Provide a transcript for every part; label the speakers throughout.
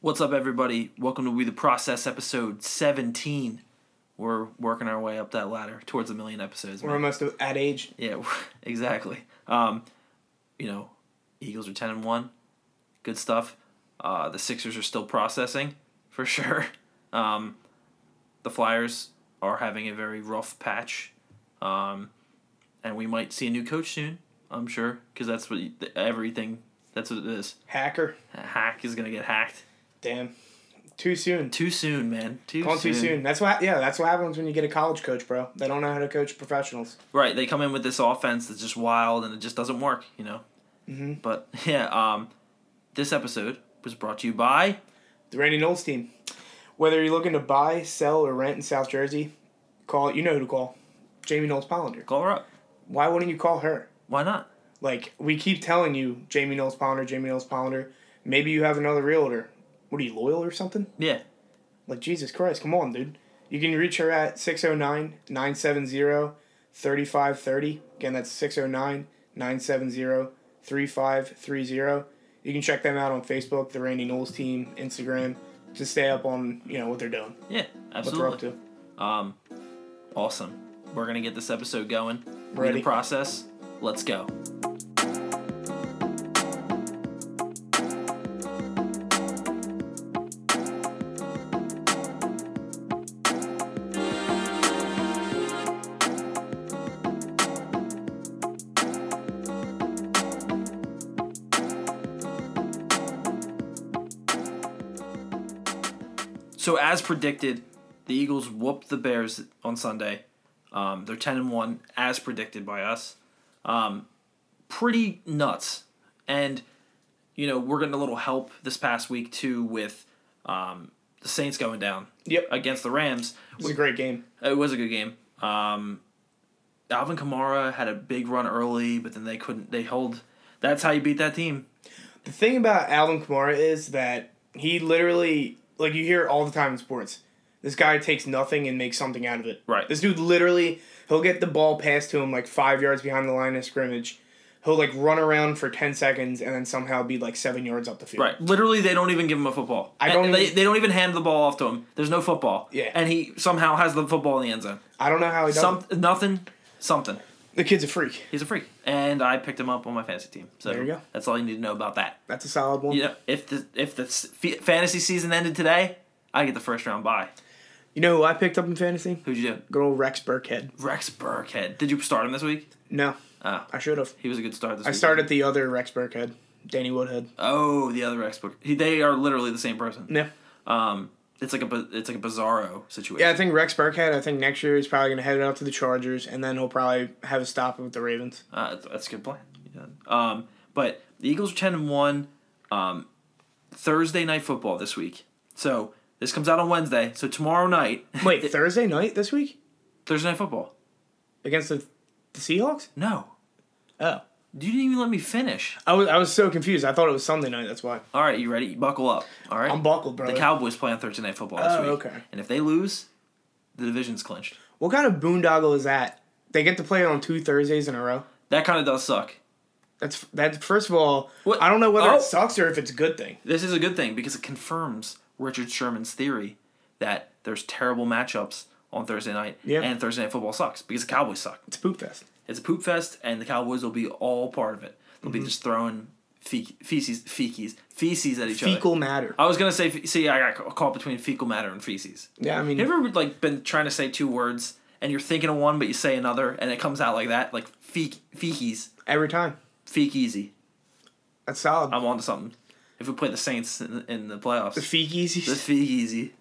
Speaker 1: What's up, everybody? Welcome to We the Process, episode 17. We're working our way up that ladder towards a million episodes.
Speaker 2: We're
Speaker 1: man.
Speaker 2: almost at age.
Speaker 1: Yeah, exactly. Um, you know, Eagles are 10 and 1. Good stuff. Uh, the Sixers are still processing, for sure. Um, the Flyers are having a very rough patch. Um, and we might see a new coach soon, I'm sure, because that's what you- everything, that's what it is.
Speaker 2: Hacker.
Speaker 1: A hack is going to get hacked.
Speaker 2: Damn. Too soon.
Speaker 1: Too soon, man. Too
Speaker 2: Gone
Speaker 1: soon.
Speaker 2: too soon. That's what. Yeah, that's what happens when you get a college coach, bro. They don't know how to coach professionals.
Speaker 1: Right, they come in with this offense that's just wild and it just doesn't work, you know. Mm-hmm. But yeah, um, this episode was brought to you by
Speaker 2: The Randy Knowles team. Whether you're looking to buy, sell, or rent in South Jersey, call. You know who to call. Jamie Knowles Pollender.
Speaker 1: Call Her Up.
Speaker 2: Why wouldn't you call her?
Speaker 1: Why not?
Speaker 2: Like we keep telling you, Jamie Knowles Pollender, Jamie Knowles Pollender. Maybe you have another realtor. What are you loyal or something?
Speaker 1: Yeah,
Speaker 2: Like, Jesus Christ, come on, dude. You can reach her at 609 970 3530. Again, that's 609 970 3530. You can check them out on Facebook, the Randy Knowles team, Instagram, to stay up on, you know, what they're doing,
Speaker 1: yeah,
Speaker 2: what
Speaker 1: absolutely.
Speaker 2: they're up
Speaker 1: Um, awesome. We're gonna get this episode going. We're in
Speaker 2: Ready.
Speaker 1: the process. Let's go. So as predicted, the Eagles whooped the Bears on Sunday. Um, they're ten and one, as predicted by us. Um, pretty nuts, and you know we're getting a little help this past week too with um, the Saints going down
Speaker 2: to. Yep.
Speaker 1: against the Rams.
Speaker 2: It was a great game.
Speaker 1: It was a good game. Um, Alvin Kamara had a big run early, but then they couldn't. They hold. That's how you beat that team.
Speaker 2: The thing about Alvin Kamara is that he literally, like, you hear it all the time in sports. This guy takes nothing and makes something out of it.
Speaker 1: Right.
Speaker 2: This dude literally, he'll get the ball passed to him like five yards behind the line of scrimmage. He'll like run around for ten seconds and then somehow be like seven yards up the field.
Speaker 1: Right. Literally, they don't even give him a football.
Speaker 2: I don't
Speaker 1: And They,
Speaker 2: even-
Speaker 1: they don't even hand the ball off to him. There's no football.
Speaker 2: Yeah.
Speaker 1: And he somehow has the football in the end zone.
Speaker 2: I don't know how he does.
Speaker 1: Some
Speaker 2: it.
Speaker 1: nothing, something.
Speaker 2: The kid's a freak.
Speaker 1: He's a freak, and I picked him up on my fantasy team. So
Speaker 2: There you go.
Speaker 1: that's all you need to know about that.
Speaker 2: That's a solid one.
Speaker 1: You know, if the if the s- f- fantasy season ended today, I get the first round bye.
Speaker 2: You know who I picked up in fantasy?
Speaker 1: Who'd you do?
Speaker 2: Good old Rex Burkhead.
Speaker 1: Rex Burkhead. Did you start him this week?
Speaker 2: No,
Speaker 1: Oh,
Speaker 2: I should have.
Speaker 1: he was a good start this
Speaker 2: I
Speaker 1: week.
Speaker 2: started the other Rex Burkhead, Danny Woodhead.
Speaker 1: Oh, the other Rex Burkhead. He, they are literally the same person.
Speaker 2: Yeah.
Speaker 1: Um, it's like a bu- it's like a bizarro situation.
Speaker 2: Yeah, I think Rex Burkhead. I think next year he's probably going to head out to the Chargers, and then he'll probably have a stop with the Ravens.
Speaker 1: Uh, that's- that's a good plan. Yeah. Um, but the Eagles are ten and one. Um, Thursday night football this week. So this comes out on Wednesday. So tomorrow night,
Speaker 2: Wait, Thursday night this week
Speaker 1: Thursday night football.
Speaker 2: against the, the Seahawks?
Speaker 1: No,
Speaker 2: Oh,
Speaker 1: you didn't even let me finish.
Speaker 2: I was I was so confused. I thought it was Sunday night. That's why
Speaker 1: All right, you ready? Buckle up. All right.
Speaker 2: I'm buckled, bro.
Speaker 1: the Cowboys play on Thursday night football this
Speaker 2: Oh,
Speaker 1: week.
Speaker 2: okay.
Speaker 1: And if they lose, the division's clinched.
Speaker 2: what kind of boondoggle is that? They get to play on two Thursdays in a row.
Speaker 1: That kind of does suck.
Speaker 2: That's that's first of all,
Speaker 1: What-
Speaker 2: I don't know whether
Speaker 1: Oh.
Speaker 2: it sucks or if it's a good thing.
Speaker 1: This is a good thing because it confirms Richard Sherman's theory that there's terrible matchups on Thursday night,
Speaker 2: Yeah.
Speaker 1: and Thursday night football sucks because the Cowboys suck.
Speaker 2: It's poop fest.
Speaker 1: It's a poop fest, and the Cowboys will be all part of it. They'll
Speaker 2: Mm-hmm.
Speaker 1: be just throwing fe- feces, feces, feces at each other.
Speaker 2: Fecal matter.
Speaker 1: I was gonna say, fe- see, I got ca- caught between fecal matter and feces.
Speaker 2: Yeah, I mean,
Speaker 1: You ever like been trying to say two words and you're thinking of one, but you say another, and it comes out like that, like fe- feces,
Speaker 2: every time.
Speaker 1: feek easy.
Speaker 2: That's solid.
Speaker 1: I'm onto something. If we play the Saints in, in the
Speaker 2: the
Speaker 1: playoffs, the
Speaker 2: feekies
Speaker 1: feek easy,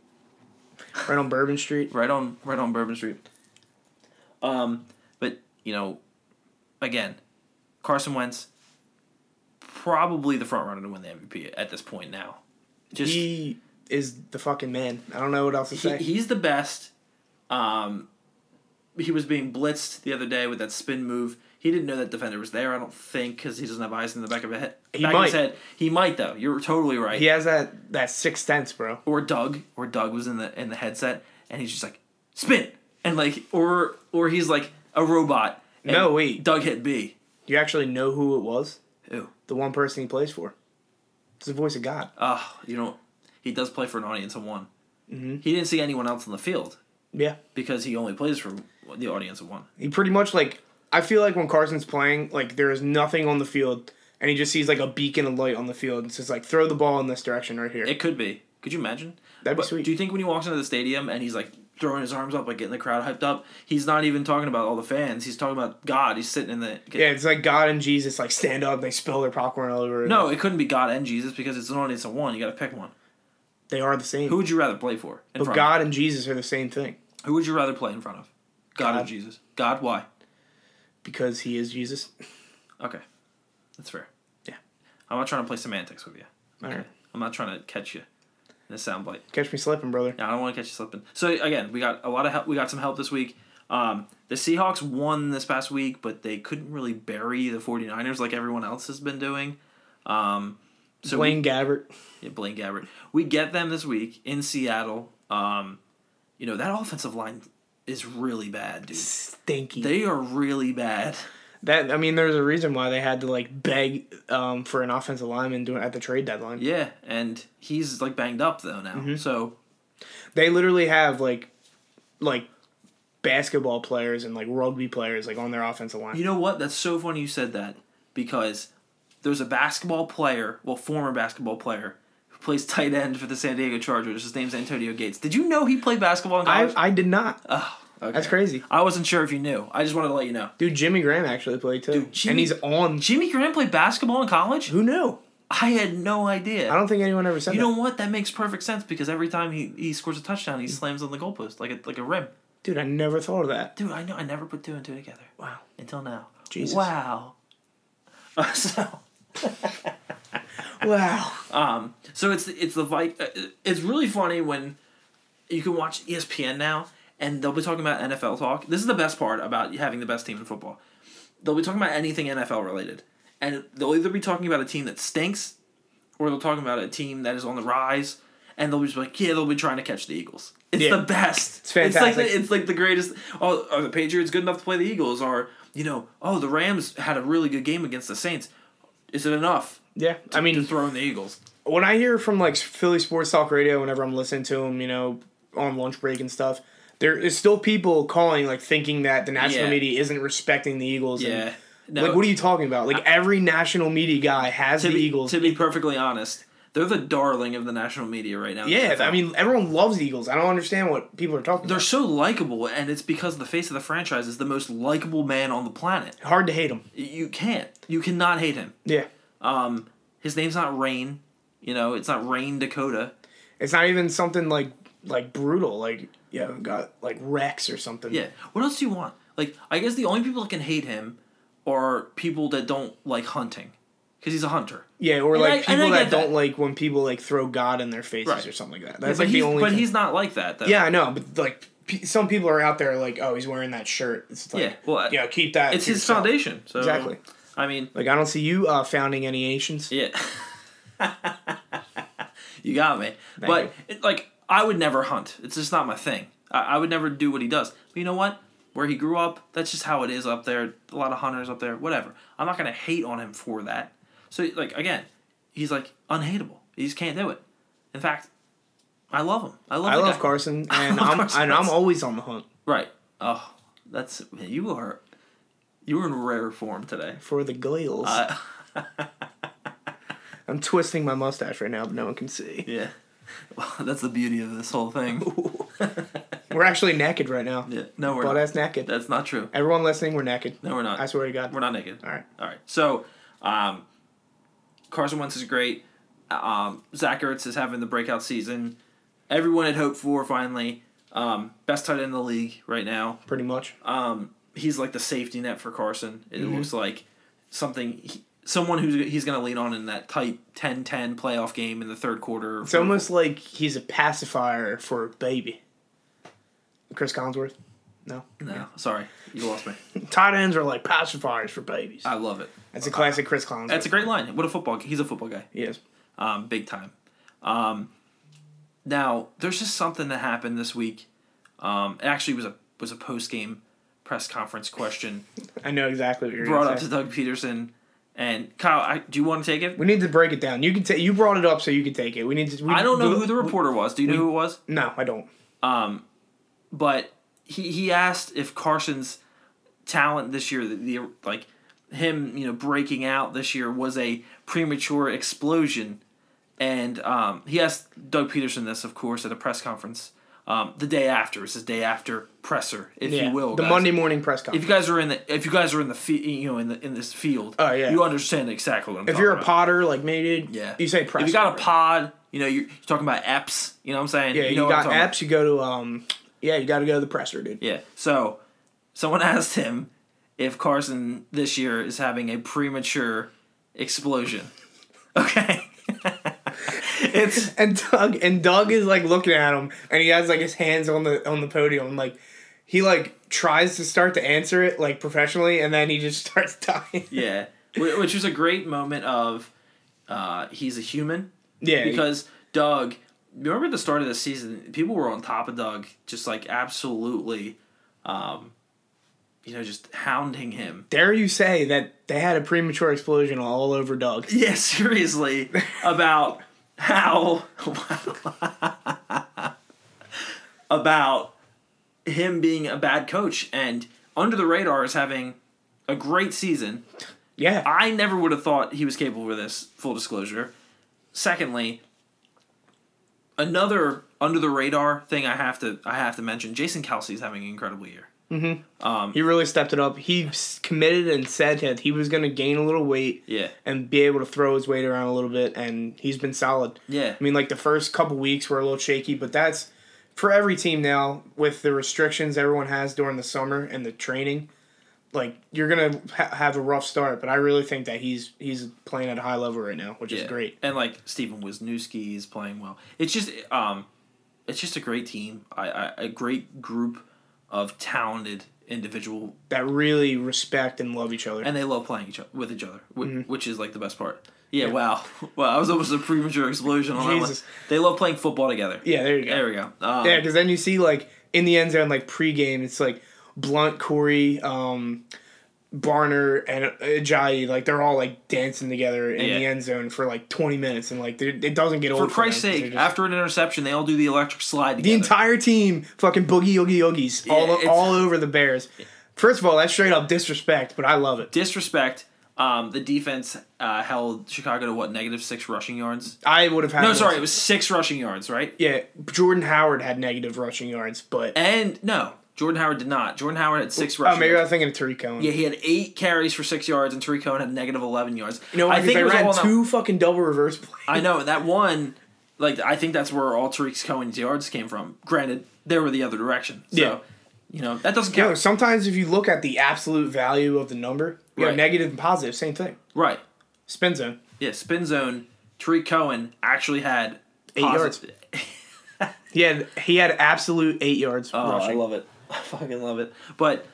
Speaker 2: right on Bourbon Street.
Speaker 1: right on, right on Bourbon Street. Um, but you know, again, Carson Wentz probably the front runner to win the MVP at this point now. Just
Speaker 2: He is the fucking man. I don't know what else to
Speaker 1: he,
Speaker 2: say.
Speaker 1: he's the best. Um, he was being blitzed the other day with that spin move. He didn't know that defender was there. I don't think because he doesn't have eyes in the back of his head.
Speaker 2: He
Speaker 1: back Of his
Speaker 2: might.
Speaker 1: head. He might though. You're totally right.
Speaker 2: He has that that sixth sense, bro.
Speaker 1: Or Doug, or Doug was in the in the headset, and he's just like spin, and like or or he's like a robot. and
Speaker 2: No, wait.
Speaker 1: Doug hit B.
Speaker 2: You actually know who it was?
Speaker 1: Ew.
Speaker 2: The one person he plays for. It's the voice of God.
Speaker 1: Oh, you know, he does play for an audience of one.
Speaker 2: Mm-hmm.
Speaker 1: He didn't see anyone else on the field
Speaker 2: Yeah.
Speaker 1: because he only plays for the audience of one.
Speaker 2: He pretty much like I feel like when Carson's playing, like there is nothing on the field, and he just sees like a beacon of light on the field and says like throw the ball in this direction right here.
Speaker 1: It could be. Could you imagine?
Speaker 2: That'd be sweet.
Speaker 1: Do you think when he walks into the stadium and he's like throwing his arms up, like getting the crowd hyped up, he's not even talking about all the fans. He's talking about God. He's sitting in the.
Speaker 2: yeah, it's like God and Jesus like stand up, they spill their popcorn all over.
Speaker 1: No, it couldn't be God and Jesus because it's an audience of one. You got to pick one.
Speaker 2: they are the same.
Speaker 1: Who would you rather play for? In
Speaker 2: but
Speaker 1: front
Speaker 2: God and Jesus are the same thing
Speaker 1: Of? Who would you rather play in front of? God, or
Speaker 2: God.
Speaker 1: Jesus? God, why?
Speaker 2: because He is Jesus.
Speaker 1: Okay, that's fair.
Speaker 2: Yeah.
Speaker 1: I'm not trying to play semantics with you.
Speaker 2: All right,
Speaker 1: I'm not trying to catch you in a soundbite.
Speaker 2: catch me slipping, brother.
Speaker 1: Yeah, I don't want to catch you slipping. So again, we got a lot of help. We got some help this week. Um, the Seahawks won this past week, but they couldn't really bury the 49ers like everyone else has been doing. Um, so we-
Speaker 2: Blaine Gabbert.
Speaker 1: yeah, Blaine Gabbert. We get them this week in Seattle. Um, you know that offensive line is really bad, dude.
Speaker 2: Stinky.
Speaker 1: They are really bad.
Speaker 2: that I mean, there's a reason why they had to like beg um, for an offensive lineman doing at the trade deadline.
Speaker 1: Yeah, and he's like banged up though now.
Speaker 2: Mm-hmm.
Speaker 1: So
Speaker 2: They literally have like, like, basketball players and like rugby players like on their offensive line.
Speaker 1: You know what? That's so funny you said that because there's a basketball player, well, former basketball player, who plays tight end for the San Diego Chargers. His name's Antonio Gates. Did you know he played basketball in
Speaker 2: I,
Speaker 1: college?
Speaker 2: I did not.
Speaker 1: okay.
Speaker 2: That's crazy.
Speaker 1: I wasn't sure if you knew. I just wanted to let you know.
Speaker 2: Dude, Jimmy Graham actually played too.
Speaker 1: Jimmy-
Speaker 2: and he's on.
Speaker 1: Jimmy Graham played basketball in college?
Speaker 2: Who knew?
Speaker 1: I had no idea.
Speaker 2: I don't think anyone ever said
Speaker 1: you
Speaker 2: that.
Speaker 1: know what? That makes perfect sense because every time he, he scores a touchdown, he
Speaker 2: Mm.
Speaker 1: slams on the goalpost like a, like a rim.
Speaker 2: Dude, I never thought of that.
Speaker 1: Dude, I know. I never put two and two together
Speaker 2: Wow.
Speaker 1: until now.
Speaker 2: Jesus.
Speaker 1: Wow. so.
Speaker 2: Wow.
Speaker 1: Um, so it's it's the Vi- uh, It's really funny when you can watch E ESPN now, and they'll be talking about NFL talk. This is the best part about having the best team in football. They'll be talking about anything NFL related, and they'll either be talking about a team that stinks, or they'll talking about a team that is on the rise, and they'll be just like, yeah, they'll be trying to catch the Eagles. It's
Speaker 2: Yeah.
Speaker 1: the best. It's It's like
Speaker 2: fantastic.
Speaker 1: the, it's like the greatest. Oh, are the Patriots good enough to play the Eagles? Or you know, oh, the Rams had a really good game against the Saints. Is it enough
Speaker 2: Yeah. I
Speaker 1: to
Speaker 2: mean,
Speaker 1: throw in the Eagles?
Speaker 2: when I hear from like Philly Sports Talk Radio, whenever I'm listening to them, you know, on lunch break and stuff, there is still people calling, like, thinking that the national
Speaker 1: Yeah.
Speaker 2: media isn't respecting the Eagles.
Speaker 1: Yeah. No,
Speaker 2: And, like, what are you talking about? Like, every national media guy has the
Speaker 1: to be,
Speaker 2: Eagles.
Speaker 1: To be perfectly honest, they're the darling of the national media right now. in the
Speaker 2: yeah,
Speaker 1: NFL.
Speaker 2: I mean, everyone loves the Eagles. I don't understand what people are talking
Speaker 1: they're
Speaker 2: about.
Speaker 1: so likable, and it's because the face of the franchise is the most likable man on the planet.
Speaker 2: Hard to hate them.
Speaker 1: Y- You can't, you cannot hate him.
Speaker 2: Yeah.
Speaker 1: Um, his name's not Rain. You know, it's not Rain Dakota.
Speaker 2: It's not even something like like brutal, like yeah, got like Rex or something.
Speaker 1: Yeah. What else do you want? Like, I guess the only people that can hate him are people that don't like hunting, because he's a hunter.
Speaker 2: yeah, or
Speaker 1: I-
Speaker 2: like
Speaker 1: and I
Speaker 2: people
Speaker 1: get
Speaker 2: that
Speaker 1: that.
Speaker 2: don't like when people like throw God in their faces
Speaker 1: Right.
Speaker 2: or something like that.
Speaker 1: But
Speaker 2: That's like the
Speaker 1: he's,
Speaker 2: only.
Speaker 1: but
Speaker 2: thing.
Speaker 1: he's not like that. Though.
Speaker 2: yeah, I know, but like p- some people are out there like, oh, he's wearing that shirt. It's like,
Speaker 1: Yeah, well,
Speaker 2: yeah, keep that.
Speaker 1: It's
Speaker 2: to
Speaker 1: his
Speaker 2: yourself.
Speaker 1: foundation. So
Speaker 2: Exactly.
Speaker 1: I mean,
Speaker 2: Like I don't see you uh, founding any nations.
Speaker 1: Yeah. you got me. but it, like I would never hunt. It's just not my thing. I, I would never do what he does. But you know what? Where he grew up, that's just how it is up there. A lot of hunters up there, whatever. I'm not gonna hate on him for that. So like again, he's like unhateable. He just can't do it. In fact, I love him. I love
Speaker 2: I
Speaker 1: the
Speaker 2: love
Speaker 1: guy.
Speaker 2: Carson, and
Speaker 1: love
Speaker 2: I'm
Speaker 1: Carson
Speaker 2: and I'm
Speaker 1: Wentz.
Speaker 2: always on the hunt
Speaker 1: Right. Oh, that's man, you are you were in rare form today.
Speaker 2: for the Gales.
Speaker 1: Uh,
Speaker 2: I'm twisting my mustache right now, but no one can see.
Speaker 1: yeah. Well, that's the beauty of this whole thing.
Speaker 2: We're actually naked right now.
Speaker 1: Yeah. No, we're
Speaker 2: Butt
Speaker 1: not.
Speaker 2: ass naked.
Speaker 1: That's not true.
Speaker 2: Everyone listening, we're naked.
Speaker 1: No, we're not.
Speaker 2: I swear to God.
Speaker 1: We're not naked.
Speaker 2: All right.
Speaker 1: All right. So, um, Carson Wentz is great. Um, Zach Ertz is having the breakout season. Everyone had hoped for finally. Um, best tight end in the league right now.
Speaker 2: Pretty much.
Speaker 1: Um, he's like the safety net for Carson. It
Speaker 2: Mm-hmm.
Speaker 1: looks like something, he, someone who he's going to lean on in that tight 10-10 playoff game in the third quarter.
Speaker 2: It's almost like he's a pacifier for a baby. Chris Collinsworth? No.
Speaker 1: no. Sorry, you lost me.
Speaker 2: Tight ends are like pacifiers for babies.
Speaker 1: I love it.
Speaker 2: That's a classic Chris Collinsworth.
Speaker 1: That's a great line. What a football. He's a football guy.
Speaker 2: Yes.
Speaker 1: um, big time. Um, now there's just something that happened this week. Um, it actually was a was a post game press conference question
Speaker 2: I know exactly what you're
Speaker 1: brought
Speaker 2: going
Speaker 1: up
Speaker 2: to
Speaker 1: to
Speaker 2: say.
Speaker 1: Doug Peterson, And Kyle, I, do you want to take it?
Speaker 2: We need to break it down. You can take. You brought it up, so you can take it. We need to. We,
Speaker 1: I don't know
Speaker 2: we-
Speaker 1: who the reporter was. Do you know who it was?
Speaker 2: No, I don't.
Speaker 1: Um, but he he asked if Carson's talent this year, the, the like him you know breaking out this year was a premature explosion, and um, he asked Doug Peterson this, of course, at a press conference um, the day after. It's his day after presser, if
Speaker 2: Yeah.
Speaker 1: you will.
Speaker 2: the
Speaker 1: guys.
Speaker 2: Monday morning press
Speaker 1: If
Speaker 2: conference.
Speaker 1: you guys are in the if you guys are in the fe- you know in the in this field,
Speaker 2: Oh, yeah.
Speaker 1: you understand exactly what I'm.
Speaker 2: If, you're a
Speaker 1: about.
Speaker 2: Potter like me, dude,
Speaker 1: Yeah.
Speaker 2: you say press.
Speaker 1: If you got
Speaker 2: conference.
Speaker 1: a pod, you know, you're, you're talking about apps, you know what I'm saying?
Speaker 2: yeah, you,
Speaker 1: know what I'm
Speaker 2: got
Speaker 1: talking about.
Speaker 2: apps. You go to um, yeah, you got to go to the presser, dude.
Speaker 1: Yeah. So someone asked him if Carson this year is having a premature explosion. Okay. it's
Speaker 2: And Doug and Doug is like looking at him, and he has like his hands on the on the podium, and, like he like tries to start to answer it like professionally, and then he just starts dying.
Speaker 1: yeah, wh- which was a great moment of uh, he's a human
Speaker 2: yeah,
Speaker 1: because Doug. Remember at the start of the season, people were on top of Doug, just like absolutely, um, you know, just hounding him.
Speaker 2: dare you say that they had a premature explosion all over Doug?
Speaker 1: yeah, seriously, about how about him being a bad coach and under the radar is having a great season.
Speaker 2: Yeah,
Speaker 1: I never would have thought he was capable of this, full disclosure. Secondly, another under the radar thing I have to I have to mention, Jason Kelsey's having an incredible year.
Speaker 2: he really stepped it up. He s- committed and said that he was going to gain a little weight
Speaker 1: Yeah.
Speaker 2: and be able to throw his weight around a little bit, and he's been solid.
Speaker 1: Yeah.
Speaker 2: I mean, like the first couple weeks were a little shaky, but that's for every team now with the restrictions everyone has during the summer and the training. Like you're gonna ha- have a rough start, but I really think that he's he's playing at a high level right now, which
Speaker 1: Yeah.
Speaker 2: is great.
Speaker 1: And like Stephen Wisniewski is playing well. It's just um, it's just a great team. I, I a great group of talented individual,
Speaker 2: That really respect and love each other.
Speaker 1: and they love playing each other, with each other, which,
Speaker 2: Mm-hmm.
Speaker 1: which is like the best part. Yeah, wow, wow! I was almost a premature explosion on
Speaker 2: Jesus.
Speaker 1: that one. They love playing football together.
Speaker 2: yeah, there you go.
Speaker 1: There we go. Um,
Speaker 2: Yeah, because then you see like in the end zone, like pregame, it's like Blunt, Corey, um, Barner, and Ajayi. Like they're all like dancing together in the
Speaker 1: Yeah.
Speaker 2: end zone for like twenty minutes, and like they're- it doesn't get
Speaker 1: For
Speaker 2: old.
Speaker 1: Christ's
Speaker 2: them, 'cause
Speaker 1: sake,
Speaker 2: they're just-
Speaker 1: after an interception, they all do the electric slide together.
Speaker 2: the entire team fucking boogie yogi yogis all
Speaker 1: it's-
Speaker 2: all over the Bears. First of all, that's straight up disrespect, but I love it.
Speaker 1: disrespect. Um, the defense uh, held Chicago to what negative six rushing yards.
Speaker 2: I would have had.
Speaker 1: No, sorry, it was six rushing yards, right?
Speaker 2: Yeah, Jordan Howard had negative rushing yards, but
Speaker 1: And no, Jordan Howard did not. Jordan Howard had six
Speaker 2: oh,
Speaker 1: rushing.
Speaker 2: maybe I
Speaker 1: yards.
Speaker 2: was thinking of Tariq Cohen.
Speaker 1: yeah, he had eight carries for six yards, and Tariq Cohen had negative eleven yards.
Speaker 2: you know,
Speaker 1: I
Speaker 2: why? 'Cause
Speaker 1: think
Speaker 2: they
Speaker 1: it was all
Speaker 2: ran
Speaker 1: on that-
Speaker 2: two fucking double reverse plays.
Speaker 1: I know that one. Like I think that's where all Tariq Cohen's yards came from. Granted, they were the other direction. So,
Speaker 2: Yeah.
Speaker 1: you know that doesn't
Speaker 2: No,
Speaker 1: count.
Speaker 2: sometimes if you look at the absolute value of the number, you know,
Speaker 1: Right.
Speaker 2: negative and positive, same thing.
Speaker 1: Right.
Speaker 2: Spin zone.
Speaker 1: Yeah. Spin zone. Tariq Cohen actually had eight
Speaker 2: yards. He had he had absolute eight yards
Speaker 1: Oh, I
Speaker 2: rushing.
Speaker 1: love it. I fucking love it. But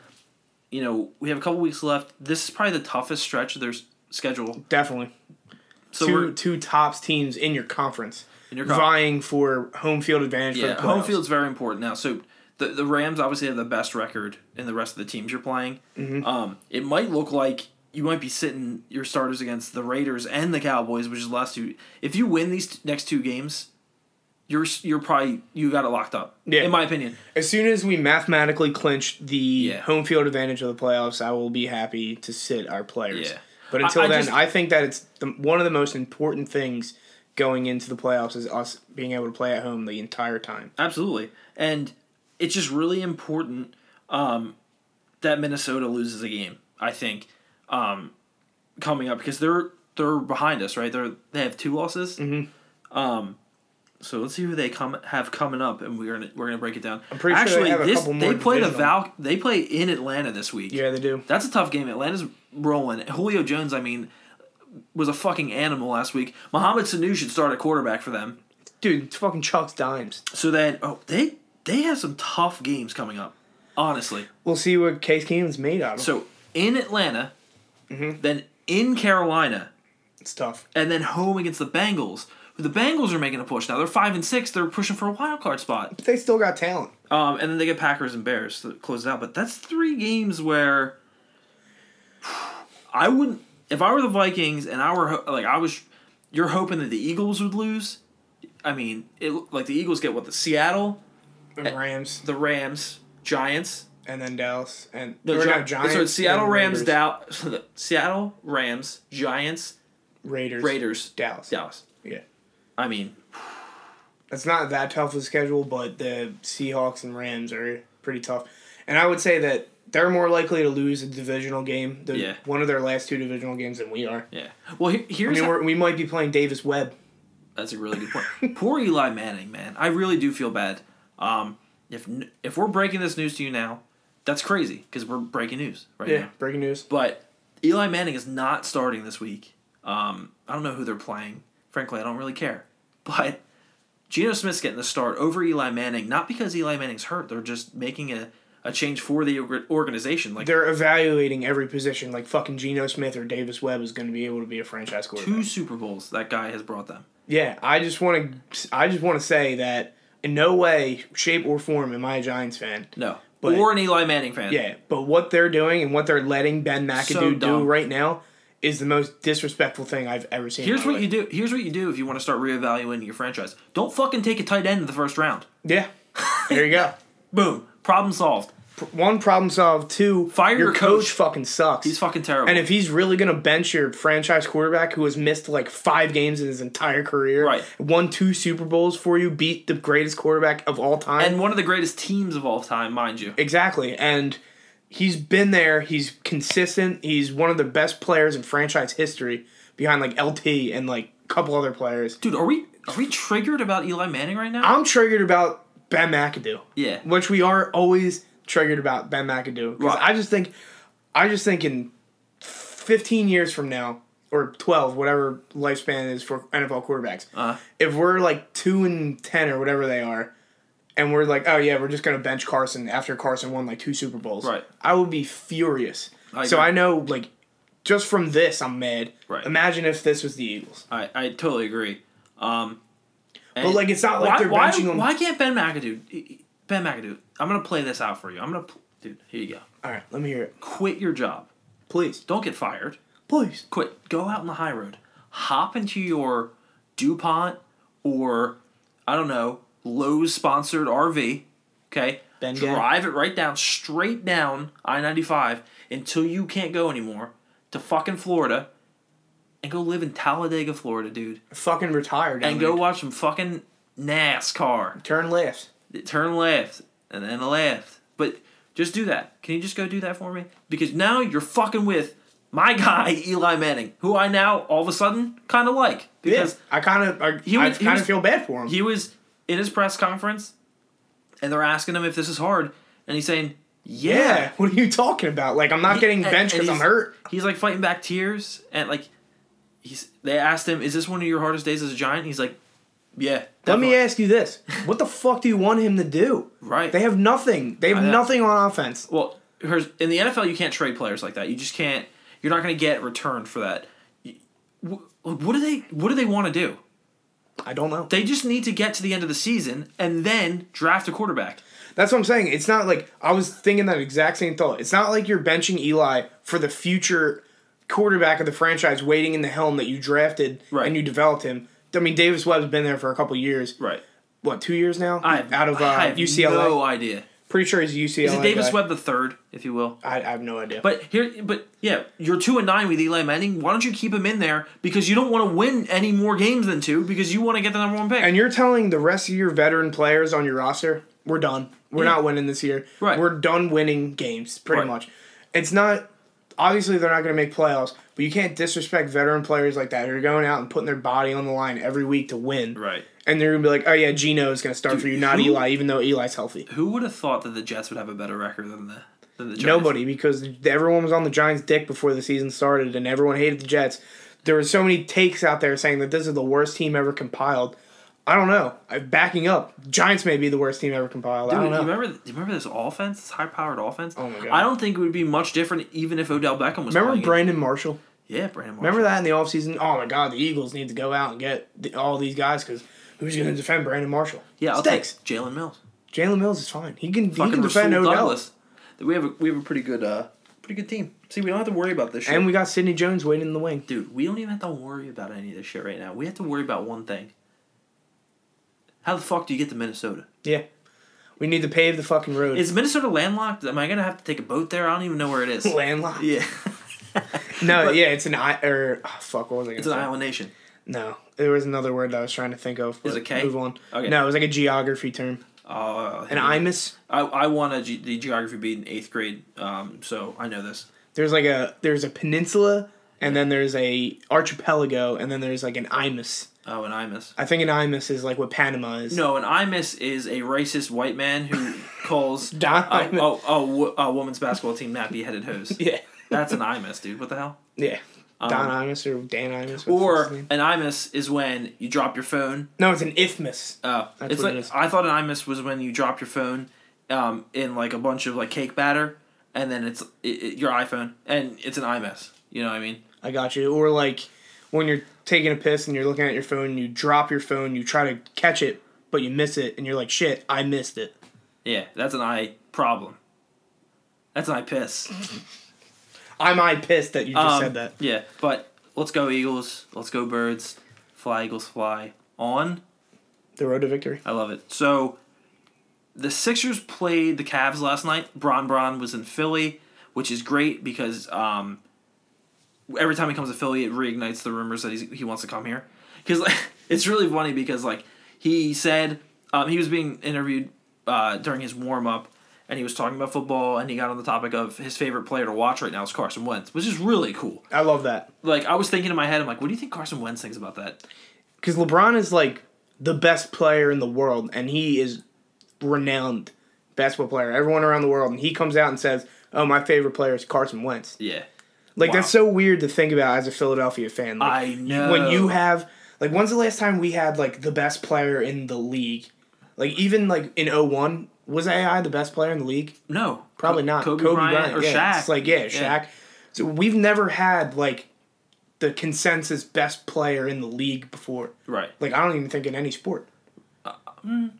Speaker 1: you know we have a couple weeks left. This is probably the toughest stretch of their s- schedule.
Speaker 2: Definitely.
Speaker 1: So
Speaker 2: two
Speaker 1: we're
Speaker 2: two tops teams in your conference,
Speaker 1: in your conference.
Speaker 2: vying for home field advantage for
Speaker 1: Yeah,
Speaker 2: the
Speaker 1: home
Speaker 2: playoffs.
Speaker 1: field's very important now. So the the Rams obviously have the best record in the rest of the teams you're playing.
Speaker 2: Mm-hmm.
Speaker 1: Um, it might look like you might be sitting your starters against the Raiders and the Cowboys, which is the last two. If you win these t- next two games, you're s- you're probably you got it locked up.
Speaker 2: Yeah.
Speaker 1: in my opinion.
Speaker 2: As soon as we mathematically clinch the
Speaker 1: Yeah.
Speaker 2: home field advantage of the playoffs, I will be happy to sit our players.
Speaker 1: Yeah.
Speaker 2: But
Speaker 1: I-
Speaker 2: until
Speaker 1: I
Speaker 2: then,
Speaker 1: just-
Speaker 2: I think that it's the, one of the most important things going into the playoffs is us being able to play at home the entire time.
Speaker 1: Absolutely. And it's just really important um, that Minnesota loses a game, I think, um, coming up because they're they're behind us, right? They're they have two losses. Mm-hmm. Um, so let's see who they come have coming up, and we're gonna we're gonna break it down. I'm
Speaker 2: pretty sure
Speaker 1: Actually,
Speaker 2: they have a
Speaker 1: this,
Speaker 2: couple more
Speaker 1: they play the
Speaker 2: divisional.
Speaker 1: Val. They play in Atlanta this week.
Speaker 2: Yeah, they do.
Speaker 1: That's a tough game. Atlanta's rolling. Julio Jones, I mean, was a fucking animal last week. Mohamed Sanu should start at quarterback for them.
Speaker 2: Dude, it's fucking Chuck's dimes.
Speaker 1: So then, oh, they they have some tough games coming up. Honestly,
Speaker 2: We'll see what Case Keenum's made out of.
Speaker 1: so in Atlanta, then in Carolina,
Speaker 2: it's tough.
Speaker 1: and then home against the Bengals. The Bengals are making a push now. They're five and six. They're pushing for a wild card spot.
Speaker 2: But they still got talent.
Speaker 1: Um, and then they get Packers and Bears to close it out. But that's three games where I wouldn't. if I were the Vikings and I were ho- like I was, you're hoping that the Eagles would lose. I mean, it like the Eagles get what the Seattle,
Speaker 2: The Rams
Speaker 1: the Rams, Giants.
Speaker 2: and then Dallas and
Speaker 1: The
Speaker 2: or
Speaker 1: Gi-
Speaker 2: no, Giants.
Speaker 1: So it's Seattle
Speaker 2: and
Speaker 1: Rams,
Speaker 2: Raiders.
Speaker 1: Dallas, Seattle Rams, Giants,
Speaker 2: Raiders,
Speaker 1: Raiders,
Speaker 2: Dallas.
Speaker 1: Dallas.
Speaker 2: Yeah,
Speaker 1: I mean,
Speaker 2: it's not that tough of a schedule, but the Seahawks and Rams are pretty tough. And I would say that they're more likely to lose a divisional game, the,
Speaker 1: Yeah.
Speaker 2: one of their last two divisional games, than we are.
Speaker 1: yeah. Well, he-
Speaker 2: I
Speaker 1: here's
Speaker 2: mean, we're, we might be playing Davis Webb.
Speaker 1: That's a really good point. Poor Eli Manning, man. I really do feel bad. Um, if n- if we're breaking this news to you now, that's crazy because we're breaking news right
Speaker 2: Yeah,
Speaker 1: now.
Speaker 2: breaking news.
Speaker 1: But Eli Manning is not starting this week. Um, I don't know who they're playing. Frankly, I don't really care. But Geno Smith's getting the start over Eli Manning, not because Eli Manning's hurt. They're just making a, a change for the org- organization. Like
Speaker 2: They're evaluating every position, like fucking Geno Smith or Davis Webb is going to be able to be a franchise quarterback.
Speaker 1: two Super Bowls that guy has brought them.
Speaker 2: Yeah, I just want to, I just want to say that in no way, shape, or form am I a Giants fan.
Speaker 1: No,
Speaker 2: But-
Speaker 1: or an Eli Manning fan.
Speaker 2: Yeah, but what they're doing and what they're letting Ben McAdoo do
Speaker 1: dumb.
Speaker 2: right now is the most disrespectful thing I've ever seen.
Speaker 1: Here's what you do. Here's what you do if you want to start reevaluating your franchise. Don't fucking take a tight end in the first round.
Speaker 2: you. Yeah, there you go.
Speaker 1: Boom. Problem solved.
Speaker 2: P- One problem solved. Two,
Speaker 1: Fire your coach.
Speaker 2: Fucking sucks.
Speaker 1: He's fucking terrible.
Speaker 2: and if he's really gonna bench your franchise quarterback who has missed like five games in his entire career,
Speaker 1: Right.
Speaker 2: Won two Super Bowls for you, beat the greatest quarterback of all time,
Speaker 1: and one of the greatest teams of all time, mind you.
Speaker 2: Exactly. And he's been there. He's consistent. He's one of the best players in franchise history behind like LT and like a couple other players.
Speaker 1: Dude, are we are we triggered about Eli Manning right now?
Speaker 2: I'm triggered about Ben McAdoo,
Speaker 1: yeah.
Speaker 2: which we are always triggered about Ben McAdoo. 'Cause
Speaker 1: Right.
Speaker 2: I just think, I just think in 15 years from now, or 12, whatever lifespan is for NFL quarterbacks,
Speaker 1: Uh,
Speaker 2: if we're like two and ten or whatever they are, and we're like, oh yeah, we're just gonna bench Carson after Carson won like two Super Bowls.
Speaker 1: Right.
Speaker 2: I would be furious.
Speaker 1: I
Speaker 2: so
Speaker 1: agree.
Speaker 2: I know like just from this I'm mad.
Speaker 1: Right.
Speaker 2: Imagine if this was the Eagles.
Speaker 1: I I totally agree. Um,
Speaker 2: But like it's not like
Speaker 1: why,
Speaker 2: they're
Speaker 1: why,
Speaker 2: benching him.
Speaker 1: why can't Ben McAdoo? Ben McAdoo, I'm gonna play this out for you. I'm gonna, pl- dude. Here you go.
Speaker 2: All right, let me hear it.
Speaker 1: Quit your job.
Speaker 2: Please.
Speaker 1: Don't get fired.
Speaker 2: Please.
Speaker 1: quit. Go out on the high road. Hop into your DuPont or I don't know Lowe's sponsored RV. Okay,
Speaker 2: Ben Gay.
Speaker 1: drive it right down, straight down I ninety five until you can't go anymore to fucking Florida, and go live in Talladega, Florida, dude,
Speaker 2: Fucking retire. down
Speaker 1: and
Speaker 2: there.
Speaker 1: go watch some fucking NASCAR.
Speaker 2: turn left.
Speaker 1: Turn left and then left, but. Just do that. Can you just go do that for me? Because now you're fucking with my guy Eli Manning, who I now all of a sudden kind of like
Speaker 2: Yeah.
Speaker 1: because
Speaker 2: I kind of I,
Speaker 1: He
Speaker 2: I
Speaker 1: was- he
Speaker 2: kind of
Speaker 1: was-
Speaker 2: feel bad for him.
Speaker 1: he was in his press conference, and they're asking him if this is hard, and he's saying, "Yeah."
Speaker 2: yeah. What are you talking about? Like I'm not getting
Speaker 1: And-
Speaker 2: benched
Speaker 1: and
Speaker 2: because I'm
Speaker 1: he's-
Speaker 2: hurt.
Speaker 1: He's like fighting back tears, and like he's. They asked him, "Is this one of your hardest days as a giant?" He's like, "Yeah."
Speaker 2: Let me
Speaker 1: definitely."
Speaker 2: ask you this: What the fuck do you want him to do?
Speaker 1: Right.
Speaker 2: They have nothing. They have
Speaker 1: know.
Speaker 2: nothing on offense.
Speaker 1: well, hers, in the NFL, you can't trade players like that. You just can't. You're not going to get returned for that. You- wh- What do they? What do they want to do?
Speaker 2: I don't know.
Speaker 1: They just need to get to the end of the season and then draft a quarterback.
Speaker 2: That's what I'm saying. It's not like I was thinking that exact same thought. It's not like you're benching Eli for the future quarterback of the franchise waiting in the helm that you drafted
Speaker 1: Right.
Speaker 2: and you developed him. I mean, Davis Webb's been there for a couple years.
Speaker 1: Right.
Speaker 2: What, two years now?
Speaker 1: I have,
Speaker 2: Out of uh,
Speaker 1: I have
Speaker 2: UCLA.
Speaker 1: No idea.
Speaker 2: Pretty sure he's a UCLA.
Speaker 1: Is it Davis
Speaker 2: guy.
Speaker 1: Webb the third, if you will?
Speaker 2: I, I have no idea.
Speaker 1: But here, but yeah, you're two and nine with Eli Manning. Why don't you keep him in there because you don't want to win any more games than two because you want to get the number one pick.
Speaker 2: and you're telling the rest of your veteran players on your roster, we're done. We're not winning this year.
Speaker 1: Right.
Speaker 2: We're done winning games, pretty
Speaker 1: Right.
Speaker 2: much. It's not obviously they're not going to make playoffs, but you can't disrespect veteran players like that who are going out and putting their body on the line every week to win.
Speaker 1: right.
Speaker 2: And they're going to be like, oh yeah, Gino is going to start for you, not
Speaker 1: who-
Speaker 2: Eli, even though Eli's healthy.
Speaker 1: Who would have thought that the Jets would have a better record than the than the Giants?
Speaker 2: Nobody, because everyone was on the Giants' dick before the season started, and everyone hated the Jets. There were so many takes out there saying that this is the worst team ever compiled. I don't know. I- Backing up, Giants may be the worst team ever compiled. I
Speaker 1: Dude,
Speaker 2: don't
Speaker 1: you
Speaker 2: know.
Speaker 1: remember? Do you remember this offense, this high-powered offense?
Speaker 2: Oh my God.
Speaker 1: I don't think it would be much different, even if Odell Beckham was.
Speaker 2: Remember
Speaker 1: playing it.
Speaker 2: Brandon Marshall?
Speaker 1: Yeah, Brandon. Marshall.
Speaker 2: Remember that in the offseason? Oh my God, the Eagles need to go out and get the, all these guys because who's going to defend Brandon Marshall?
Speaker 1: Yeah, I'll take
Speaker 2: Stinks.
Speaker 1: Jalen Mills.
Speaker 2: Jalen Mills is fine. He can, he
Speaker 1: Fucking
Speaker 2: can defend
Speaker 1: Rasul
Speaker 2: Odell.
Speaker 1: Douglas. We have a we have a pretty good uh, pretty good team. See, we don't have to worry about this shit.
Speaker 2: And we got Sidney Jones waiting in the wing.
Speaker 1: Dude, we don't even have to worry about any of this shit right now. We have to worry about one thing. How the fuck do you get to Minnesota?
Speaker 2: Yeah. We need to pave the fucking road.
Speaker 1: Is Minnesota landlocked? Am I gonna have to take a boat there? I don't even know where it is.
Speaker 2: landlocked?
Speaker 1: yeah,
Speaker 2: No,
Speaker 1: But-
Speaker 2: yeah, it's an I or oh, fuck, what was I gonna
Speaker 1: it's
Speaker 2: say?
Speaker 1: an island nation.
Speaker 2: No. There was another word that I was trying to think of.
Speaker 1: Is
Speaker 2: but
Speaker 1: it K?
Speaker 2: Move on.
Speaker 1: Okay.
Speaker 2: No, it was like a geography term.
Speaker 1: Uh,
Speaker 2: An IMUS.
Speaker 1: I I won a ge- the geography beat in eighth grade, um, so I know this.
Speaker 2: There's like a there's a peninsula and then there's a archipelago and then there's like an IMUS.
Speaker 1: Oh, an IMIS.
Speaker 2: I think an IMUS is like what Panama is.
Speaker 1: No, an IMIS is a racist white man who calls a,
Speaker 2: Don Imus.
Speaker 1: a, a, wo- a woman's basketball team nappy headed hose.
Speaker 2: Yeah.
Speaker 1: That's an IMIS, dude. What the hell?
Speaker 2: Yeah. Don IMUS or Dan IMUS. what the
Speaker 1: Um, Or
Speaker 2: fuck's his
Speaker 1: an
Speaker 2: name?
Speaker 1: IMIS is when you drop your phone.
Speaker 2: No, it's an isthmus.
Speaker 1: Oh,
Speaker 2: That's
Speaker 1: it's
Speaker 2: what
Speaker 1: like
Speaker 2: it is.
Speaker 1: I thought an IMIS was when you drop your phone um, in like a bunch of like cake batter, and then it's it, it- your iPhone, and it's an IMIS. You know what I mean?
Speaker 2: I got you. Or like when you're taking a piss and you're looking at your phone, you drop your phone, you try to catch it, but you miss it, and you're like, shit, I missed it.
Speaker 1: Yeah, that's an I problem. That's an I piss.
Speaker 2: I'm I pissed that you just
Speaker 1: Um,
Speaker 2: said that.
Speaker 1: Yeah, but let's go Eagles. Let's go Birds. Fly Eagles fly on.
Speaker 2: The road to victory.
Speaker 1: I love it. So the Sixers played the Cavs last night. Bron Bron was in Philly, which is great because um, every time he comes to Philly, it reignites the rumors that he's, he wants to come here. Because like, it's really funny because like he said um, he was being interviewed uh, during his warm up. And he was talking about football, and he got on the topic of his favorite player to watch right now is Carson Wentz, which is really cool.
Speaker 2: I love that
Speaker 1: Like I was thinking in my head, I'm like, what do you think Carson Wentz thinks about that?
Speaker 2: because LeBron is like the best player in the world, and he is renowned basketball player. Everyone around the world, and he comes out and says, "Oh, my favorite player is Carson Wentz."
Speaker 1: Yeah,
Speaker 2: Like
Speaker 1: Wow.
Speaker 2: that's so weird to think about as a Philadelphia fan. Like,
Speaker 1: I know.
Speaker 2: when you have like when's the last time we had like the best player in the league like even like in 01 was AI the best player in the league
Speaker 1: no,
Speaker 2: probably
Speaker 1: Co-
Speaker 2: not
Speaker 1: Kobe, Bryant, or
Speaker 2: yeah,
Speaker 1: Shaq.
Speaker 2: it's like yeah Shaq so we've never had like the consensus best player in the league before
Speaker 1: Right.
Speaker 2: like I don't even think in any sport
Speaker 1: Uh, mm.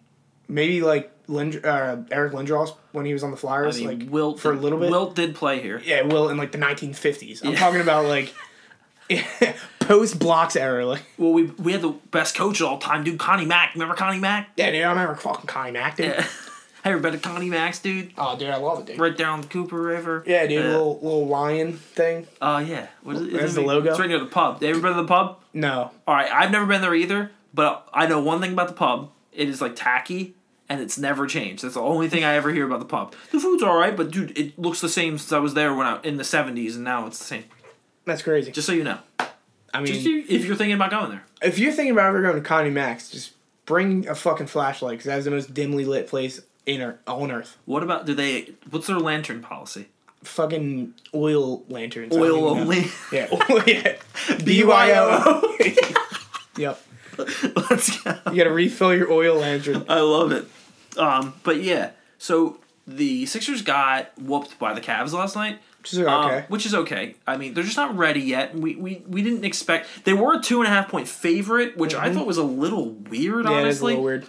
Speaker 2: maybe like Lind- uh, Eric Lindros when he was on the
Speaker 1: I
Speaker 2: Flyers
Speaker 1: mean,
Speaker 2: like
Speaker 1: Wilt
Speaker 2: for a little bit
Speaker 1: Wilt did play here.
Speaker 2: yeah Will in like the 1950s I'm
Speaker 1: Yeah.
Speaker 2: talking about like post blocks era like
Speaker 1: Well, we we had the best coach of all time, dude. Connie Mack. Remember Connie Mack?
Speaker 2: Yeah, dude, I remember fucking Connie Mack, dude.
Speaker 1: Have you ever been to Connie Mack's, dude?
Speaker 2: Oh, dude, I love it, dude.
Speaker 1: Right there on the Cooper River.
Speaker 2: Yeah, dude,
Speaker 1: Uh,
Speaker 2: little little lion thing.
Speaker 1: uh, yeah. What is it?
Speaker 2: There's
Speaker 1: Is
Speaker 2: the
Speaker 1: it-
Speaker 2: logo.
Speaker 1: It's right near the pub. You ever been to the pub?
Speaker 2: No,
Speaker 1: All right, I've never been there either, but I know one thing about the pub. It is like tacky, and it's never changed. That's the only thing I ever hear about the pub. The food's all right, but dude, it looks the same since I was there when I in the '70s, and now it's the same.
Speaker 2: that's crazy.
Speaker 1: Just so you know,
Speaker 2: I mean,
Speaker 1: just you, if you're thinking about going there,
Speaker 2: if you're thinking about ever going to Connie Mack's, just bring a fucking flashlight because that's the most dimly lit place in our, on earth.
Speaker 1: what about do they? What's their lantern policy?
Speaker 2: Fucking oil lanterns. I don't
Speaker 1: Oil
Speaker 2: even know.
Speaker 1: only.
Speaker 2: Yeah, oil- yeah. BYO. yep.
Speaker 1: Let's go.
Speaker 2: You gotta refill your oil lantern.
Speaker 1: I love it. Um, but yeah, so the Sixers got whooped by the Cavs last night.
Speaker 2: Which is okay.
Speaker 1: Um, which is okay. I mean, they're just not ready yet. We, we we didn't expect they were a two and a half point favorite, which I thought was a little weird.
Speaker 2: Mm-hmm. yeah, it's a
Speaker 1: honestly,
Speaker 2: little weird.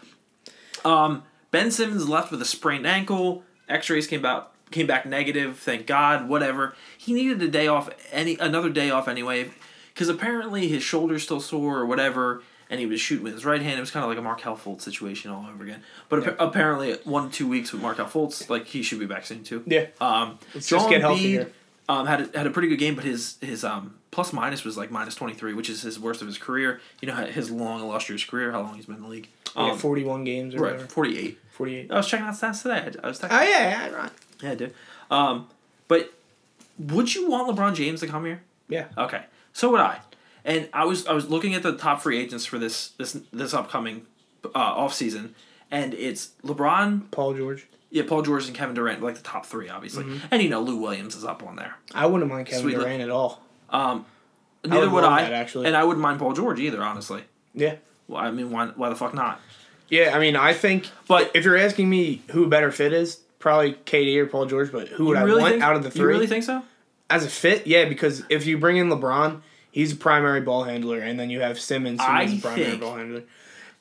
Speaker 1: Ben Simmons left with a sprained ankle. X-rays came out came back negative. Thank God. Whatever. He needed a day off. Any another day off anyway, because apparently his shoulder's still sore or whatever, and he was shooting with his right hand. It was kind of like a Markel Fultz situation all over again. But appa- apparently, one two weeks with Markel Fultz, like he should be back soon too.
Speaker 2: Yeah.
Speaker 1: Um,
Speaker 2: Let's
Speaker 1: Joel
Speaker 2: just get
Speaker 1: Embiid
Speaker 2: healthy here.
Speaker 1: um, had a, had a pretty good game, but his his um, plus minus was like minus twenty three, which is his worst of his career. You know his long illustrious career, how long he's been in the league. Um,
Speaker 2: yeah, 41 games or
Speaker 1: right,
Speaker 2: whatever.
Speaker 1: forty eight.
Speaker 2: 48.
Speaker 1: I was checking out stats today. I was texting.
Speaker 2: Oh, yeah, yeah, right.
Speaker 1: yeah, dude. Um, but would you want LeBron James to come here?
Speaker 2: Yeah.
Speaker 1: Okay, so would I. And I was I was looking at the top free agents for this this this upcoming uh, off season, and it's LeBron,
Speaker 2: Paul George.
Speaker 1: yeah, Paul George, and Kevin Durant, like the top three, obviously.
Speaker 2: Mm-hmm.
Speaker 1: And you know Lou Williams is up on there.
Speaker 2: I wouldn't mind Kevin
Speaker 1: Sweet li-
Speaker 2: Durant at all.
Speaker 1: Neither
Speaker 2: would
Speaker 1: would,
Speaker 2: love
Speaker 1: I.
Speaker 2: that, actually.
Speaker 1: and I wouldn't mind Paul George either, honestly.
Speaker 2: Yeah.
Speaker 1: Well, I mean, why, why the fuck not?
Speaker 2: Yeah, I mean, I think.
Speaker 1: But-
Speaker 2: But if you're asking me who a better fit is, probably KD or Paul George. But who would
Speaker 1: You
Speaker 2: I
Speaker 1: really
Speaker 2: want
Speaker 1: think-
Speaker 2: out of the
Speaker 1: You
Speaker 2: three
Speaker 1: really think so?
Speaker 2: as a fit? Yeah, because if you bring in LeBron, he's a primary ball handler, and then you have Simmons,
Speaker 1: I
Speaker 2: who's a primary
Speaker 1: think-
Speaker 2: ball handler.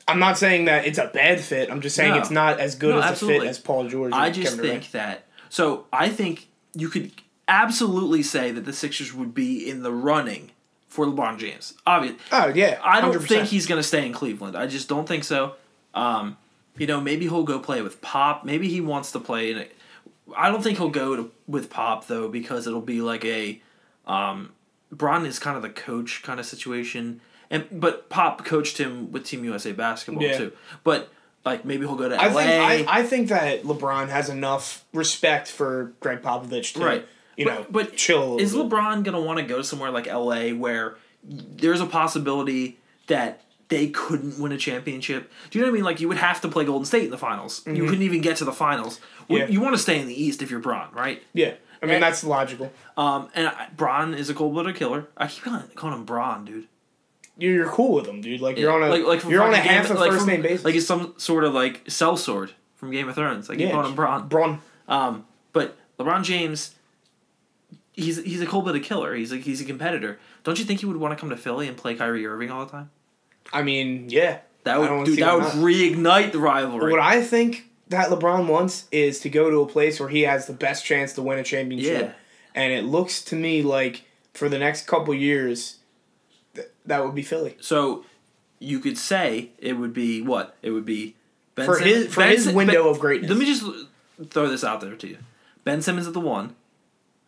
Speaker 2: I'm not saying that it's a bad fit. I'm just saying
Speaker 1: No.
Speaker 2: it's not as good
Speaker 1: No,
Speaker 2: as
Speaker 1: absolutely.
Speaker 2: a fit as Paul George.
Speaker 1: I
Speaker 2: and
Speaker 1: just
Speaker 2: Kevin Durant.
Speaker 1: think that. So I think you could absolutely say that the Sixers would be in the running for LeBron James. Obvious.
Speaker 2: Oh yeah,
Speaker 1: I don't
Speaker 2: 100%.
Speaker 1: think he's going to stay in Cleveland. I just don't think so. Um, you know, maybe he'll go play with Pop. Maybe he wants to play in a I don't think he'll go to, with Pop though because it'll be like a um Bron is kind of the coach kind of situation. And but Pop coached him with Team USA basketball
Speaker 2: Yeah.
Speaker 1: too. But like maybe he'll go to LA.
Speaker 2: I think I, I think that LeBron has enough respect for Greg Popovich to
Speaker 1: Right.
Speaker 2: you know
Speaker 1: But- but
Speaker 2: chill. a little
Speaker 1: is
Speaker 2: bit.
Speaker 1: LeBron gonna want to go somewhere like LA where there's a possibility that they couldn't win a championship? Do you know what I mean? Like you would have to play Golden State in the finals. You couldn't even get to the finals. Well,
Speaker 2: Mm-hmm. Yeah.
Speaker 1: You want to stay in the East if you're Bron, right?
Speaker 2: Yeah, I mean
Speaker 1: And-
Speaker 2: that's logical.
Speaker 1: Um, and I, Bron is a cold blooded killer. I keep calling, calling him Bron, dude.
Speaker 2: You're, you're cool with him, dude. Like you're on a
Speaker 1: like, like from
Speaker 2: you're on a
Speaker 1: fucking
Speaker 2: half
Speaker 1: Game-
Speaker 2: a
Speaker 1: like
Speaker 2: first
Speaker 1: from-
Speaker 2: name basis.
Speaker 1: Like he's some sort of like cell sword from Game of Thrones. Like you
Speaker 2: yeah,
Speaker 1: you calling him Bron.
Speaker 2: Bron.
Speaker 1: Um, but LeBron James, he's he's a cold blooded killer. He's a, he's a competitor. Don't you think he would want to come to Philly and play Kyrie Irving all the time?
Speaker 2: I mean, yeah,
Speaker 1: That
Speaker 2: I don't
Speaker 1: would dude,
Speaker 2: see
Speaker 1: that
Speaker 2: why
Speaker 1: would
Speaker 2: not.
Speaker 1: reignite the rivalry.
Speaker 2: What I think that LeBron wants is to go to a place where he has the best chance to win a championship.
Speaker 1: Yeah.
Speaker 2: And it looks to me like for the next couple years, th- that would be Philly.
Speaker 1: so you could say it would be what it would be ben
Speaker 2: For
Speaker 1: Sim-
Speaker 2: his- for his
Speaker 1: Sim-
Speaker 2: window of greatness.
Speaker 1: Let me just throw this out there to you: Ben Simmons at the one,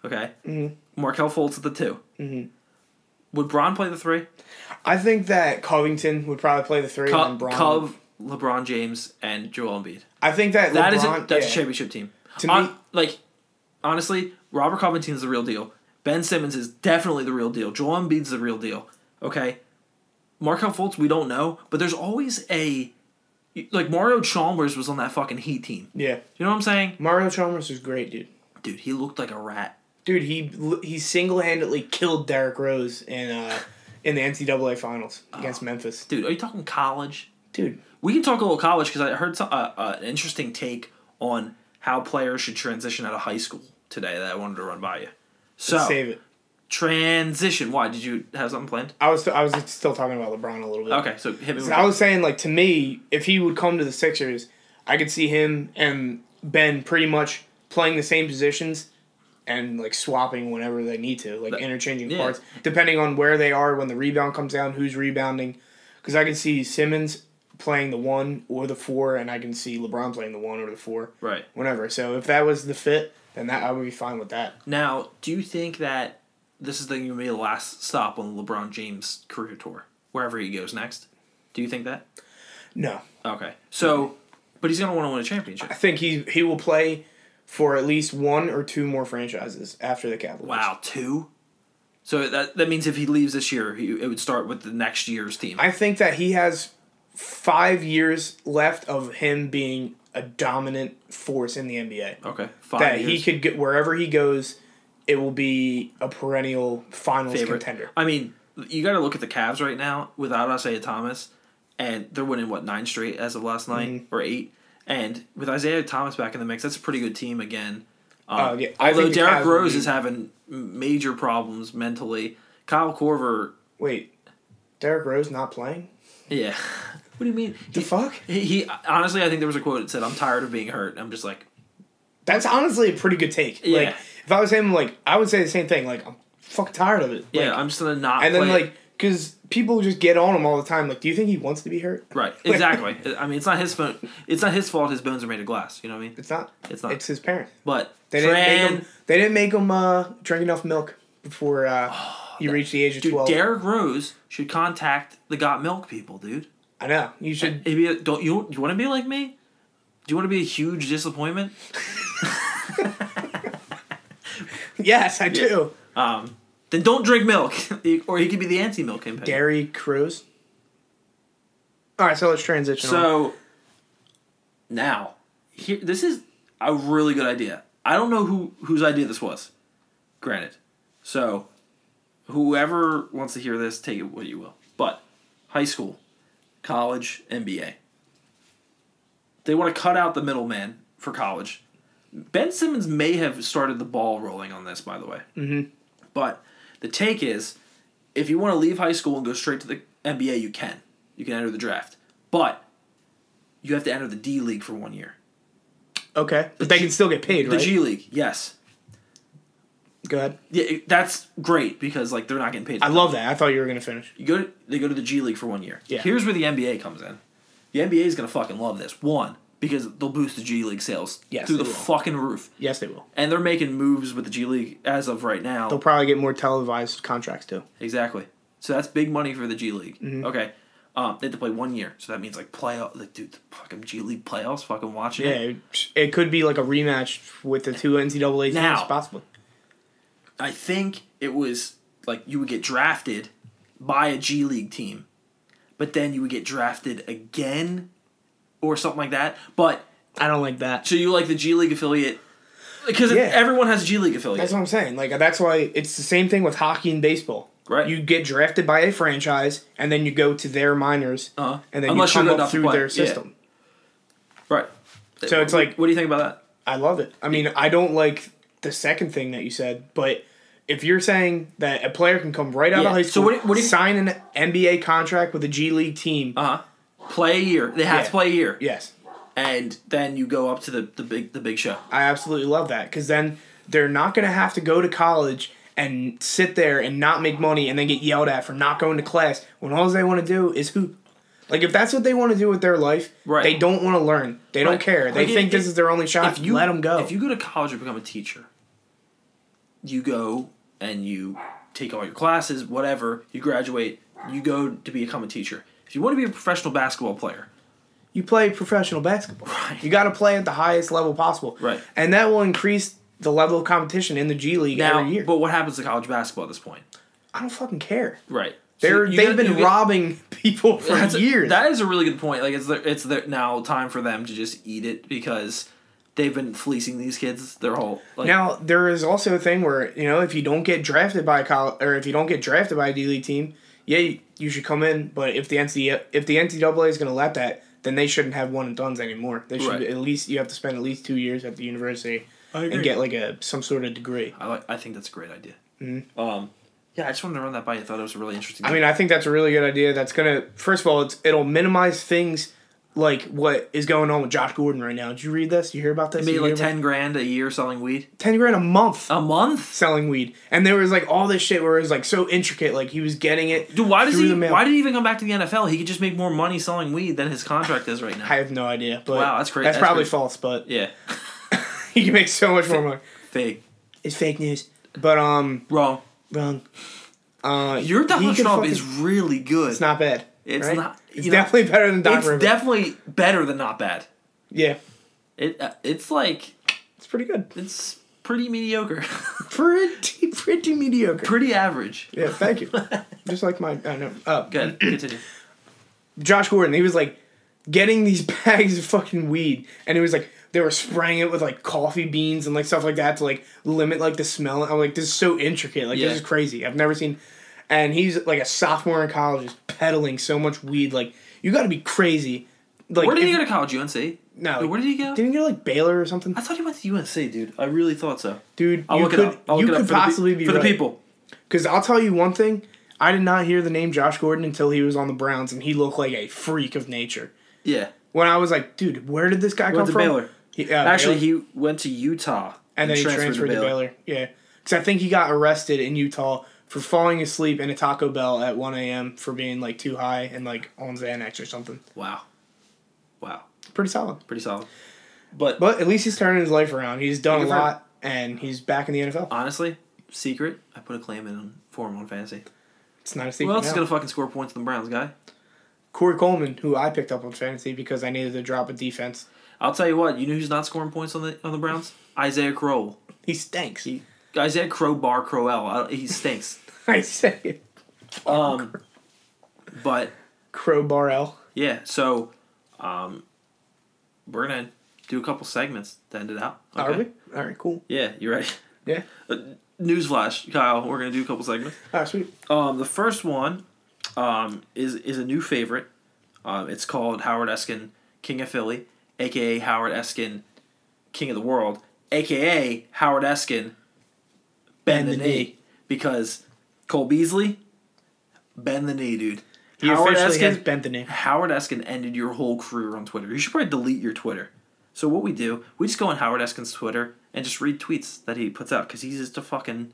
Speaker 1: okay. Mm-hmm. Markel Fultz at the 2 Mm-hmm. Would Bron play the three?
Speaker 2: I think that Covington would probably play the three
Speaker 1: Cov,
Speaker 2: on Bron.
Speaker 1: Cov, LeBron James, and Joel Embiid.
Speaker 2: I think that
Speaker 1: That
Speaker 2: LeBron,
Speaker 1: is a, that's a
Speaker 2: yeah.
Speaker 1: championship team.
Speaker 2: To
Speaker 1: On-
Speaker 2: me-
Speaker 1: like honestly, Robert Covington's the real deal. Ben Simmons is definitely the real deal. Joel Embiid's the real deal. Okay, Markel Fultz we don't know, but there's always a like Mario Chalmers was on that fucking Heat team.
Speaker 2: Yeah,
Speaker 1: You know what I'm saying,
Speaker 2: Mario Chalmers is great, dude.
Speaker 1: dude? He looked like a rat.
Speaker 2: Dude, he he single handedly killed Derrick Rose in uh, in the NCAA finals
Speaker 1: Oh.
Speaker 2: against Memphis.
Speaker 1: Dude, are you talking college?
Speaker 2: Dude,
Speaker 1: We can talk a little college because I heard some, uh, uh, an interesting take on how players should transition out of high school today that I wanted to run by you. So
Speaker 2: save it.
Speaker 1: transition. Why did you have something planned?
Speaker 2: I was I was still talking about LeBron a little bit.
Speaker 1: Okay, so hit me. With
Speaker 2: I was saying, like, to me, if he would come to the Sixers, I could see him and Ben pretty much playing the same positions and, like, swapping whenever they need to, like, interchanging
Speaker 1: yeah.
Speaker 2: parts, depending on where they are when the rebound comes down, who's rebounding. Because I can see Simmons playing the one or the four, and I can see LeBron playing the one or the four,
Speaker 1: right
Speaker 2: whenever. So if that was the fit, then that I would be fine with that.
Speaker 1: now, do you think that this is going to be the last stop on LeBron James' career tour, wherever he goes next? Do you think that?
Speaker 2: No.
Speaker 1: Okay, so, but he's going to want to win a
Speaker 2: I
Speaker 1: championship.
Speaker 2: think he, he will play for at least one or two more franchises after the Cavaliers.
Speaker 1: Wow, two. So that that means if he leaves this year, he, it would start with the next year's team.
Speaker 2: I think that he has five years left of him being a dominant force in the NBA.
Speaker 1: okay, five
Speaker 2: That
Speaker 1: years.
Speaker 2: he could get wherever he goes, it will be a perennial finals
Speaker 1: favorite.
Speaker 2: contender.
Speaker 1: I mean, you got to look at the Cavs right now without Isaiah Thomas, and they're winning what nine straight as of last night
Speaker 2: Mm-hmm.
Speaker 1: or eight. And with Isaiah Thomas back in the mix, that's a pretty good team again. Um,
Speaker 2: Oh, yeah. I
Speaker 1: Although
Speaker 2: think the
Speaker 1: Derrick
Speaker 2: Cavs will
Speaker 1: Rose
Speaker 2: be-
Speaker 1: is having m- major problems mentally, Kyle Corver,
Speaker 2: Wait, Derrick Rose not playing?
Speaker 1: yeah. what do you mean?
Speaker 2: The fuck?
Speaker 1: He, he honestly, I think there was a quote that said, "I'm tired of being hurt." I'm just like,
Speaker 2: That's honestly a pretty good take.
Speaker 1: Yeah.
Speaker 2: Like if I was him, like I would say the same thing. Like I'm fucking tired of it. Like,
Speaker 1: yeah, I'm just gonna not.
Speaker 2: and then
Speaker 1: play.
Speaker 2: like because people just get on him all the time. Like, do you think he wants to be hurt?
Speaker 1: right, exactly. I mean, it's not his fault. It's not his fault. His bones are made of glass. You know what I mean?
Speaker 2: It's not.
Speaker 1: It's not.
Speaker 2: It's his parents.
Speaker 1: But
Speaker 2: They didn't
Speaker 1: Tran-
Speaker 2: make him. They didn't make him uh, drink enough milk before uh, you reached the age of
Speaker 1: Dude,
Speaker 2: twelve.
Speaker 1: Derrick Rose should contact the Got Milk people, dude.
Speaker 2: I know. You should.
Speaker 1: He'd be, don't you? You want to be like me? Do you want to be a huge disappointment?
Speaker 2: Yes, I do.
Speaker 1: Um, then don't drink milk, or he could be the anti-milk campaign.
Speaker 2: Gary Cruz. All right, so let's transition. on.
Speaker 1: so now, here, this is a really good idea. I don't know who whose idea this was. Granted, so whoever wants to hear this, take it what you will. But high school, college, NBA. They want to cut out the middleman for college. Ben Simmons may have started the ball rolling on this, by the way. Mm-hmm. But the take is if you want to leave high school and go straight to the NBA, you can. You can enter the draft. But you have to enter the D League for one year.
Speaker 2: okay, but they can still get paid,
Speaker 1: The
Speaker 2: right?
Speaker 1: G League, yes.
Speaker 2: Go ahead.
Speaker 1: Yeah, it- that's great because like they're not getting paid.
Speaker 2: I love that. I thought you were gonna finish.
Speaker 1: You go to, they go to the G League for one year.
Speaker 2: Yeah.
Speaker 1: Here's where the NBA comes in. The NBA is gonna fucking love this. One because they'll boost the G League sales
Speaker 2: Yes,
Speaker 1: through
Speaker 2: they
Speaker 1: the
Speaker 2: will.
Speaker 1: fucking roof,
Speaker 2: Yes, they will.
Speaker 1: and they're making moves with the G League as of right now.
Speaker 2: They'll probably get more televised contracts too.
Speaker 1: Exactly. So that's big money for the G League.
Speaker 2: Mm-hmm.
Speaker 1: Okay. Um, they had to play one year, so that means like playoff. Like, dude, the fucking G League playoffs. Fucking watching
Speaker 2: Yeah,
Speaker 1: it.
Speaker 2: it, it could be like a rematch with the two NCAA teams,
Speaker 1: Now.
Speaker 2: possibly.
Speaker 1: I think it was like you would get drafted by a G League team, but then you would get drafted again, or something like that. But
Speaker 2: I don't like that.
Speaker 1: so you like the G League affiliate because
Speaker 2: Yeah.
Speaker 1: everyone has a G League affiliate.
Speaker 2: That's what I'm saying. Like that's why it's the same thing with hockey and baseball.
Speaker 1: Right.
Speaker 2: You get drafted by a franchise, and then you go to their minors,
Speaker 1: Uh-huh.
Speaker 2: and then
Speaker 1: Unless
Speaker 2: you
Speaker 1: you're
Speaker 2: come
Speaker 1: good
Speaker 2: up
Speaker 1: enough to
Speaker 2: through
Speaker 1: play.
Speaker 2: their
Speaker 1: Yeah.
Speaker 2: system.
Speaker 1: right.
Speaker 2: So it's
Speaker 1: What-
Speaker 2: like-
Speaker 1: what do you think about that?
Speaker 2: I love it. I mean, I don't like the second thing that you said, but if you're saying that a player can come right out
Speaker 1: Yeah.
Speaker 2: of high
Speaker 1: So
Speaker 2: school,
Speaker 1: what do you- what do you-
Speaker 2: sign an NBA contract with a G League team,
Speaker 1: Uh huh. Play a year. They have
Speaker 2: Yeah.
Speaker 1: to play a year,
Speaker 2: yes,
Speaker 1: and then you go up to the, the big the big show.
Speaker 2: I absolutely love that because then they're not going to have to go to college and sit there and not make money and then get yelled at for not going to class when all they want to do is hoop. Like if that's what they want to do with their life,
Speaker 1: Right.
Speaker 2: they don't want to learn. They don't
Speaker 1: Right.
Speaker 2: care. They
Speaker 1: Like,
Speaker 2: think
Speaker 1: if-
Speaker 2: this is their only shot.
Speaker 1: if you
Speaker 2: Let them go.
Speaker 1: If you go to college and become a teacher, you go and you take all your classes, whatever. You graduate. You go to become a teacher. If you want to be a professional basketball player,
Speaker 2: you play professional basketball.
Speaker 1: Right.
Speaker 2: You got to play at the highest level possible.
Speaker 1: Right.
Speaker 2: And that will increase the level of competition in the G League
Speaker 1: now,
Speaker 2: every year.
Speaker 1: but what happens to college basketball at this point?
Speaker 2: I don't fucking care.
Speaker 1: Right.
Speaker 2: They're,
Speaker 1: So you
Speaker 2: they've
Speaker 1: gotta-
Speaker 2: been
Speaker 1: you gotta-
Speaker 2: robbing people for
Speaker 1: that's a-
Speaker 2: years.
Speaker 1: that is a really good point. Like it's their, it's their, now time for them to just eat it because they've been fleecing these kids their whole. Like,
Speaker 2: Now there is also a thing where you know if you don't get drafted by a college or if you don't get drafted by a D League team, yeah, you, you should come in. But if the NCAA if the NCAA is going to let that, then they shouldn't have one and done's anymore. They should
Speaker 1: Right.
Speaker 2: at least you have to spend at least two years at the university
Speaker 1: agree.
Speaker 2: and get like a some sort of degree.
Speaker 1: I like, I think that's a great idea. Um, yeah, I just wanted to run that by you. I thought it was a really interesting.
Speaker 2: Mm-hmm. I mean, I think that's a really good idea. That's gonna first of all, it's, it'll minimize things like what is going on with Josh Gordon right now. Did you read this? You hear about this?
Speaker 1: made
Speaker 2: You
Speaker 1: like
Speaker 2: hear about-
Speaker 1: ten grand a year selling weed.
Speaker 2: ten grand a month.
Speaker 1: A month.
Speaker 2: selling weed and there was like all this shit where it was like so intricate like he was getting it
Speaker 1: Dude, why does
Speaker 2: through
Speaker 1: he?
Speaker 2: the mail.
Speaker 1: Why did he even come back to the NFL? He could just make more money selling weed than his contract is right now.
Speaker 2: I have no idea. But
Speaker 1: Wow, that's crazy.
Speaker 2: That's,
Speaker 1: That's
Speaker 2: probably
Speaker 1: crazy.
Speaker 2: false, but
Speaker 1: yeah,
Speaker 2: he can make so much more money.
Speaker 1: fake,
Speaker 2: It's fake news. But um,
Speaker 1: wrong.
Speaker 2: wrong. Uh,
Speaker 1: Your
Speaker 2: he
Speaker 1: Donald
Speaker 2: could
Speaker 1: Trump
Speaker 2: fucking-
Speaker 1: is really good.
Speaker 2: It's not bad.
Speaker 1: It's
Speaker 2: right?
Speaker 1: not-
Speaker 2: It's
Speaker 1: you know,
Speaker 2: definitely better than Doc
Speaker 1: It's
Speaker 2: Rivers.
Speaker 1: definitely better than not bad.
Speaker 2: yeah,
Speaker 1: It uh, it's like
Speaker 2: it's pretty good.
Speaker 1: it's pretty mediocre,
Speaker 2: Pretty, pretty mediocre.
Speaker 1: pretty average.
Speaker 2: yeah, thank you. Just like my, I don't know. Uh,
Speaker 1: Good. Continue.
Speaker 2: Josh Gordon, he was like getting these bags of fucking weed, and it was like they were spraying it with like coffee beans and like stuff like that to like limit like the smell. I'm like, this is so intricate. Like
Speaker 1: Yeah.
Speaker 2: this is crazy. I've never seen. And he's like a sophomore in college, just peddling so much weed. Like you got to be crazy. Like
Speaker 1: Where did
Speaker 2: if-
Speaker 1: he go to college? UNC.
Speaker 2: No,
Speaker 1: Wait, where did he go?
Speaker 2: Didn't he go to like Baylor or something?
Speaker 1: I thought he went to UNC, dude. I really thought so.
Speaker 2: Dude,
Speaker 1: I'll
Speaker 2: you
Speaker 1: look
Speaker 2: could
Speaker 1: it up. I'll
Speaker 2: you
Speaker 1: look it up
Speaker 2: could
Speaker 1: for the pe-
Speaker 2: possibly be
Speaker 1: for
Speaker 2: right.
Speaker 1: the people.
Speaker 2: Because I'll tell you one thing. I did not hear the name Josh Gordon until he was on the Browns, and he looked like a freak of nature.
Speaker 1: Yeah.
Speaker 2: When I was like, dude, where did this guy come
Speaker 1: Went to
Speaker 2: from?
Speaker 1: Baylor.
Speaker 2: He, uh,
Speaker 1: Actually,
Speaker 2: Baylor.
Speaker 1: he went to Utah
Speaker 2: and then he transferred, to, Baylor. Yeah, because I think he got arrested in Utah for falling asleep in a Taco Bell at 1 a.m. for being like too high and like on Xanax or something.
Speaker 1: Wow. Wow.
Speaker 2: Pretty solid.
Speaker 1: Pretty solid. But,
Speaker 2: But at least he's turning his life around. He's done a
Speaker 1: Good for
Speaker 2: lot, and he's back in the NFL.
Speaker 1: honestly, secret, I put a claim in for him on fantasy.
Speaker 2: It's not a
Speaker 1: Who
Speaker 2: secret
Speaker 1: else is
Speaker 2: now.
Speaker 1: going to fucking score points than the Browns, guy?
Speaker 2: Corey Coleman, who I picked up on fantasy because I needed to drop a defense.
Speaker 1: I'll tell you what, you know who's not scoring points on the on the Browns? Isaiah Crowell.
Speaker 2: He stinks.
Speaker 1: He, Isaiah Crowbar Crowell. I don't- he stinks.
Speaker 2: I say it.
Speaker 1: Um, but,
Speaker 2: Crowbar L.
Speaker 1: yeah, so um, we're going to do a couple segments to end it out.
Speaker 2: Are we? All right, cool.
Speaker 1: Yeah, you ready?
Speaker 2: Yeah.
Speaker 1: Uh, newsflash, Kyle, we're going to do a couple segments.
Speaker 2: All right, sweet.
Speaker 1: Um, the first one um, is is a new favorite. Um, it's called Howard Eskin, King of Philly, aka Howard Eskin, King of the World, aka Howard Eskin, Bend, the, knee. because Cole Beasley, bend the knee, dude.
Speaker 2: He
Speaker 1: Howard
Speaker 2: officially
Speaker 1: Eskin,
Speaker 2: has bent the knee.
Speaker 1: Howard Eskin ended your whole career on Twitter. You should probably delete your Twitter. So what we do, we just go on Howard Eskin's Twitter and just read tweets that he puts out because he's just a fucking,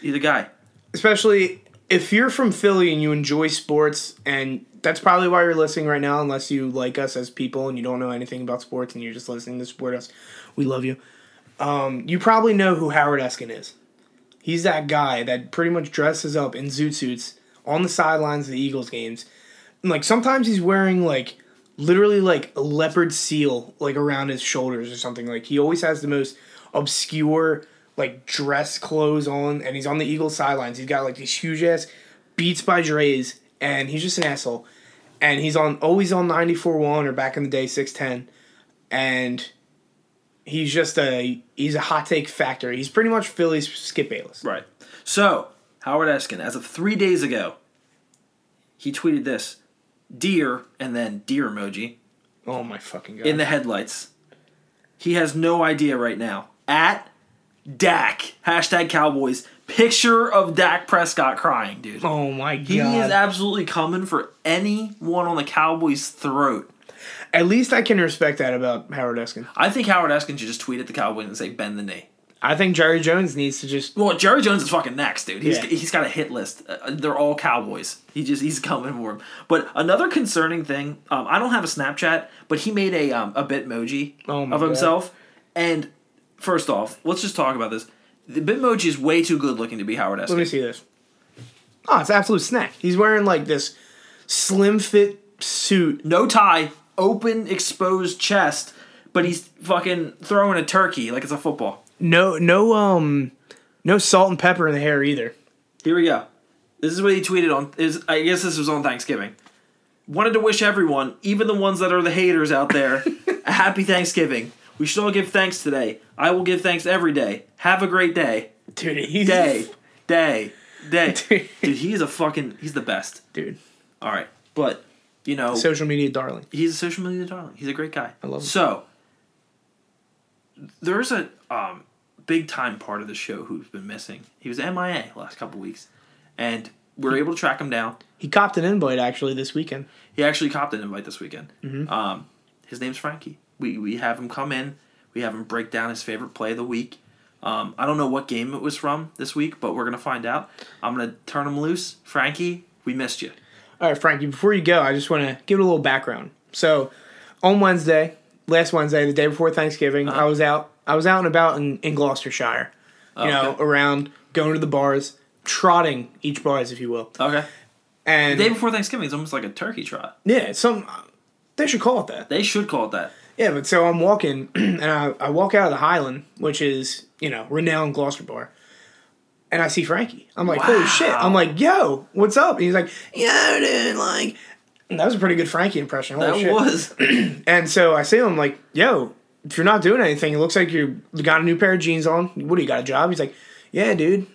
Speaker 1: he's a guy.
Speaker 2: especially if you're from Philly and you enjoy sports, and that's probably why you're listening right now, unless you like us as people and you don't know anything about sports and you're just listening to support us. We love you. Um, you probably know who Howard Eskin is. He's that guy that pretty much dresses up in zoot suits on the sidelines of the Eagles games. And, like sometimes he's wearing like literally like a leopard seal like around his shoulders or something. Like he always has the most obscure like dress clothes on, and he's on the Eagles sidelines. He's got like these huge ass Beats by Dre's, and he's just an asshole. And he's on always on ninety four one or back in the day six ten, and he's just a he's a hot take factor. He's pretty much Philly's Skip Bayless.
Speaker 1: Right. So, Howard Eskin, as of three days ago, he tweeted this deer and then deer emoji
Speaker 2: Oh my fucking god!
Speaker 1: in the headlights. He has no idea right now. At Dak, hashtag Cowboys, picture of Dak Prescott crying, dude.
Speaker 2: oh my god!
Speaker 1: He is absolutely coming for anyone on the Cowboys' throat.
Speaker 2: At least I can respect that about Howard Eskin.
Speaker 1: I think Howard Eskin should just tweet at the Cowboys and say, bend the knee.
Speaker 2: I think Jerry Jones needs to just
Speaker 1: Well, Jerry Jones is fucking next, dude. He's,
Speaker 2: Yeah.
Speaker 1: he's got a hit list. Uh, they're all Cowboys. He just he's coming for him. But another concerning thing, um, I don't have a Snapchat, but he made a um, a Bitmoji
Speaker 2: Oh my
Speaker 1: of
Speaker 2: God.
Speaker 1: himself. And first off, let's just talk about this. The Bitmoji is way too good looking to be Howard
Speaker 2: Let me
Speaker 1: Eskin.
Speaker 2: see this. Oh, it's absolute snack. He's wearing like this slim fit suit.
Speaker 1: No tie, open exposed chest, but he's fucking throwing a turkey like it's a football.
Speaker 2: No, no, um, no salt and pepper in the hair either.
Speaker 1: Here we go. This is what he tweeted on. Is I guess this was on Thanksgiving. Wanted to wish everyone, even the ones that are the haters out there, a happy Thanksgiving. We should all give thanks today. I will give thanks every day. Have a great day.
Speaker 2: Dude, he's
Speaker 1: Day. Day. Day.
Speaker 2: Dude.
Speaker 1: Dude, he's a fucking. He's the best.
Speaker 2: dude.
Speaker 1: All right. But, you know,
Speaker 2: Social media darling.
Speaker 1: he's a social media darling. He's a great guy. I
Speaker 2: love him.
Speaker 1: So, there's a um, big time part of the show who's been missing. He was MIA last couple weeks, and we
Speaker 2: Hmm.
Speaker 1: were able to track him down.
Speaker 2: He copped an invite actually this weekend.
Speaker 1: He actually copped an invite this weekend.
Speaker 2: Mm-hmm.
Speaker 1: Um, his name's Frankie. We we have him come in. We have him break down his favorite play of the week. Um, I don't know what game it was from this week, but we're gonna find out. I'm gonna turn him loose, Frankie. We missed you.
Speaker 2: All right, Frankie, before you go, I just want to give it a little background. So, on Wednesday, last Wednesday, the day before Thanksgiving, I was out. I was out and about in, in Gloucestershire, you know,
Speaker 1: Okay.
Speaker 2: around going to the bars, trotting each bars, if you will.
Speaker 1: Okay.
Speaker 2: And
Speaker 1: Day before Thanksgiving is almost like a turkey trot.
Speaker 2: Yeah, it's some they should call it that.
Speaker 1: They should call it that.
Speaker 2: Yeah, but so I'm walking and I, I walk out of the Highland, which is, you know, renowned Gloucester bar, and I see Frankie. I'm like, holy shit. I'm like, yo, what's up? And he's like, yo, dude, like and that was a pretty good Frankie impression. Holy
Speaker 1: That
Speaker 2: shit.
Speaker 1: was.
Speaker 2: And so I see him like, yo, if you're not doing anything, it looks like you got a new pair of jeans on. What do you got a job? He's like, yeah, dude.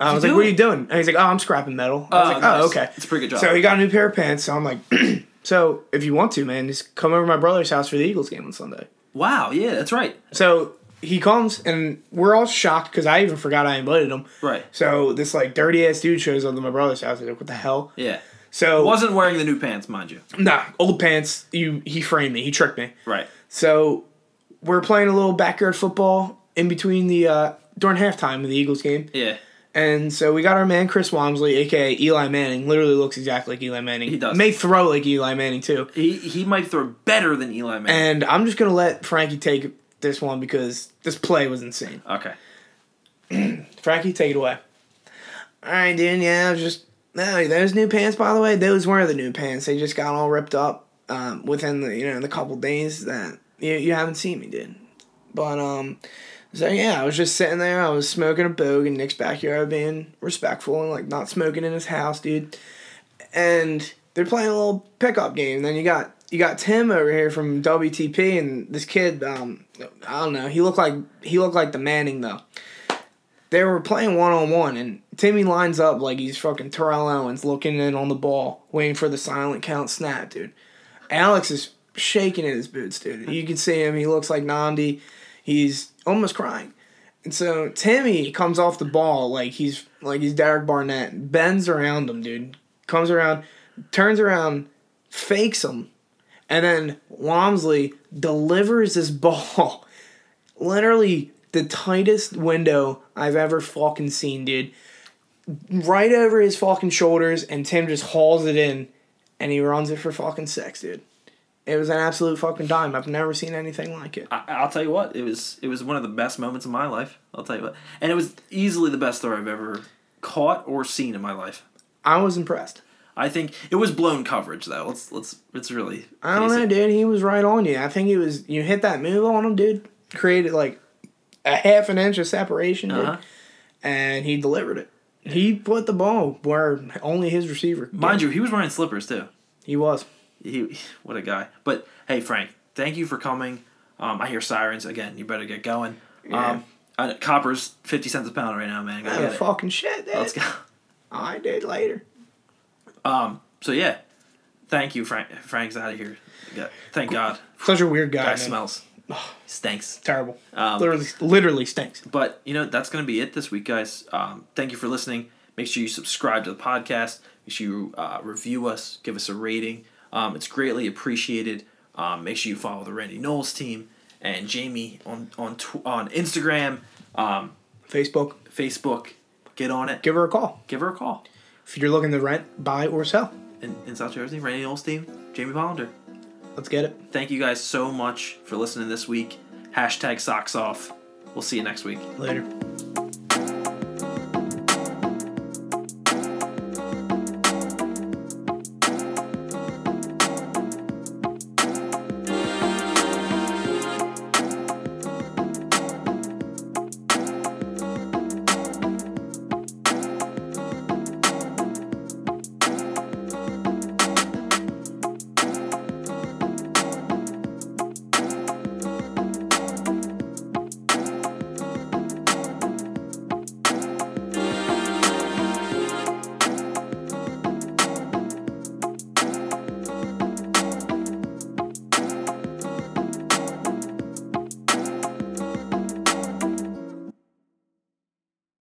Speaker 2: I was like, what are you doing? And he's like, oh, I'm scrapping metal. I was
Speaker 1: Oh,
Speaker 2: like,
Speaker 1: nice.
Speaker 2: oh, okay.
Speaker 1: It's a pretty good job.
Speaker 2: So he got a new pair of pants. So I'm like, so if you want to, man, just come over to my brother's house for the Eagles game on Sunday.
Speaker 1: Wow. Yeah, that's right.
Speaker 2: So he comes and we're all shocked because I even forgot I invited him.
Speaker 1: Right.
Speaker 2: So this like dirty ass dude shows up to my brother's house. He's like, what the hell?
Speaker 1: Yeah.
Speaker 2: So
Speaker 1: Wasn't wearing the new pants, mind you.
Speaker 2: nah, old pants. You he framed me. He tricked me.
Speaker 1: Right.
Speaker 2: So we're playing a little backyard football in between the uh, during halftime of the Eagles game,
Speaker 1: Yeah.
Speaker 2: and so we got our man Chris Wamsley, aka Eli Manning, literally looks exactly like Eli Manning. He
Speaker 1: does.
Speaker 2: May throw like Eli Manning too.
Speaker 1: He he might throw better than Eli Manning.
Speaker 2: And I'm just gonna let Frankie take this one because this play was insane.
Speaker 1: Okay.
Speaker 2: Frankie, take it away. All right, dude. Yeah, I was just no. Those new pants, by the way, those were the new pants. They just got all ripped up um, within the you know the couple days that you you haven't seen me, dude. But um, so yeah, I was just sitting there. I was smoking a bogue in Nick's backyard, being respectful and like not smoking in his house, dude. And they're playing a little pickup game. Then you got you got Tim over here from WTP, and this kid, um, I don't know. He looked like he looked like the Manning though they were playing one on one, and Timmy lines up like he's fucking Terrell Owens looking in on the ball, waiting for the silent count snap, dude. Alex is shaking in his boots, dude. You can see him. He looks like Nandi. He's almost crying. And so Timmy comes off the ball like he's like he's Derek Barnett. Bends around him, dude. Comes around, turns around, fakes him, And then Wamsley delivers this ball literally the tightest window I've ever fucking seen, dude. Right over his fucking shoulders, and Tim just hauls it in and he runs it for fucking six, dude. It was an absolute fucking dime. I've never seen anything like it.
Speaker 1: I, I'll tell you what, it was it was one of the best moments of my life. I'll tell you what, and it was easily the best throw I've ever caught or seen in my life.
Speaker 2: I was impressed.
Speaker 1: I think it was blown coverage though. Let's let's it's really.
Speaker 2: I don't
Speaker 1: face
Speaker 2: know,
Speaker 1: it.
Speaker 2: dude. He was right on you. I think he was. You hit that move on him, dude. Created like a half an inch of separation, dude,
Speaker 1: Uh-huh.
Speaker 2: and he delivered it. He put the ball where only his receiver.
Speaker 1: Mind you, he was wearing slippers too.
Speaker 2: He was.
Speaker 1: He what a guy. But hey, Frank, thank you for coming. Um, I hear sirens again. You better get going. Um, I, copper's fifty cents a pound right now, man. Go
Speaker 2: Oh,
Speaker 1: get it.
Speaker 2: fucking shit, dude.
Speaker 1: Let's go.
Speaker 2: Oh, I did later.
Speaker 1: So yeah, thank you, Frank. Frank's out of here. Yeah, Thank God.
Speaker 2: Such a weird guy.
Speaker 1: Guy
Speaker 2: man.
Speaker 1: smells. Stinks.
Speaker 2: terrible.
Speaker 1: Um,
Speaker 2: literally, literally stinks.
Speaker 1: But you know that's going to be it this week, guys. Um, thank you for listening. Make sure you subscribe to the podcast. Make sure you uh, review us. Give us a rating. Um, it's greatly appreciated. Um, make sure you follow the Randy Knowles team and Jamie on on tw- on Instagram, um,
Speaker 2: Facebook,
Speaker 1: Facebook. Get on it.
Speaker 2: give her a call
Speaker 1: Give her a call.
Speaker 2: if you're looking to rent, buy, or sell.
Speaker 1: In, in South Jersey, Randy Knowles team, Jamie Pollander.
Speaker 2: Let's get it.
Speaker 1: Thank you guys so much for listening this week. Hashtag socks off. We'll see you next week.
Speaker 2: Later.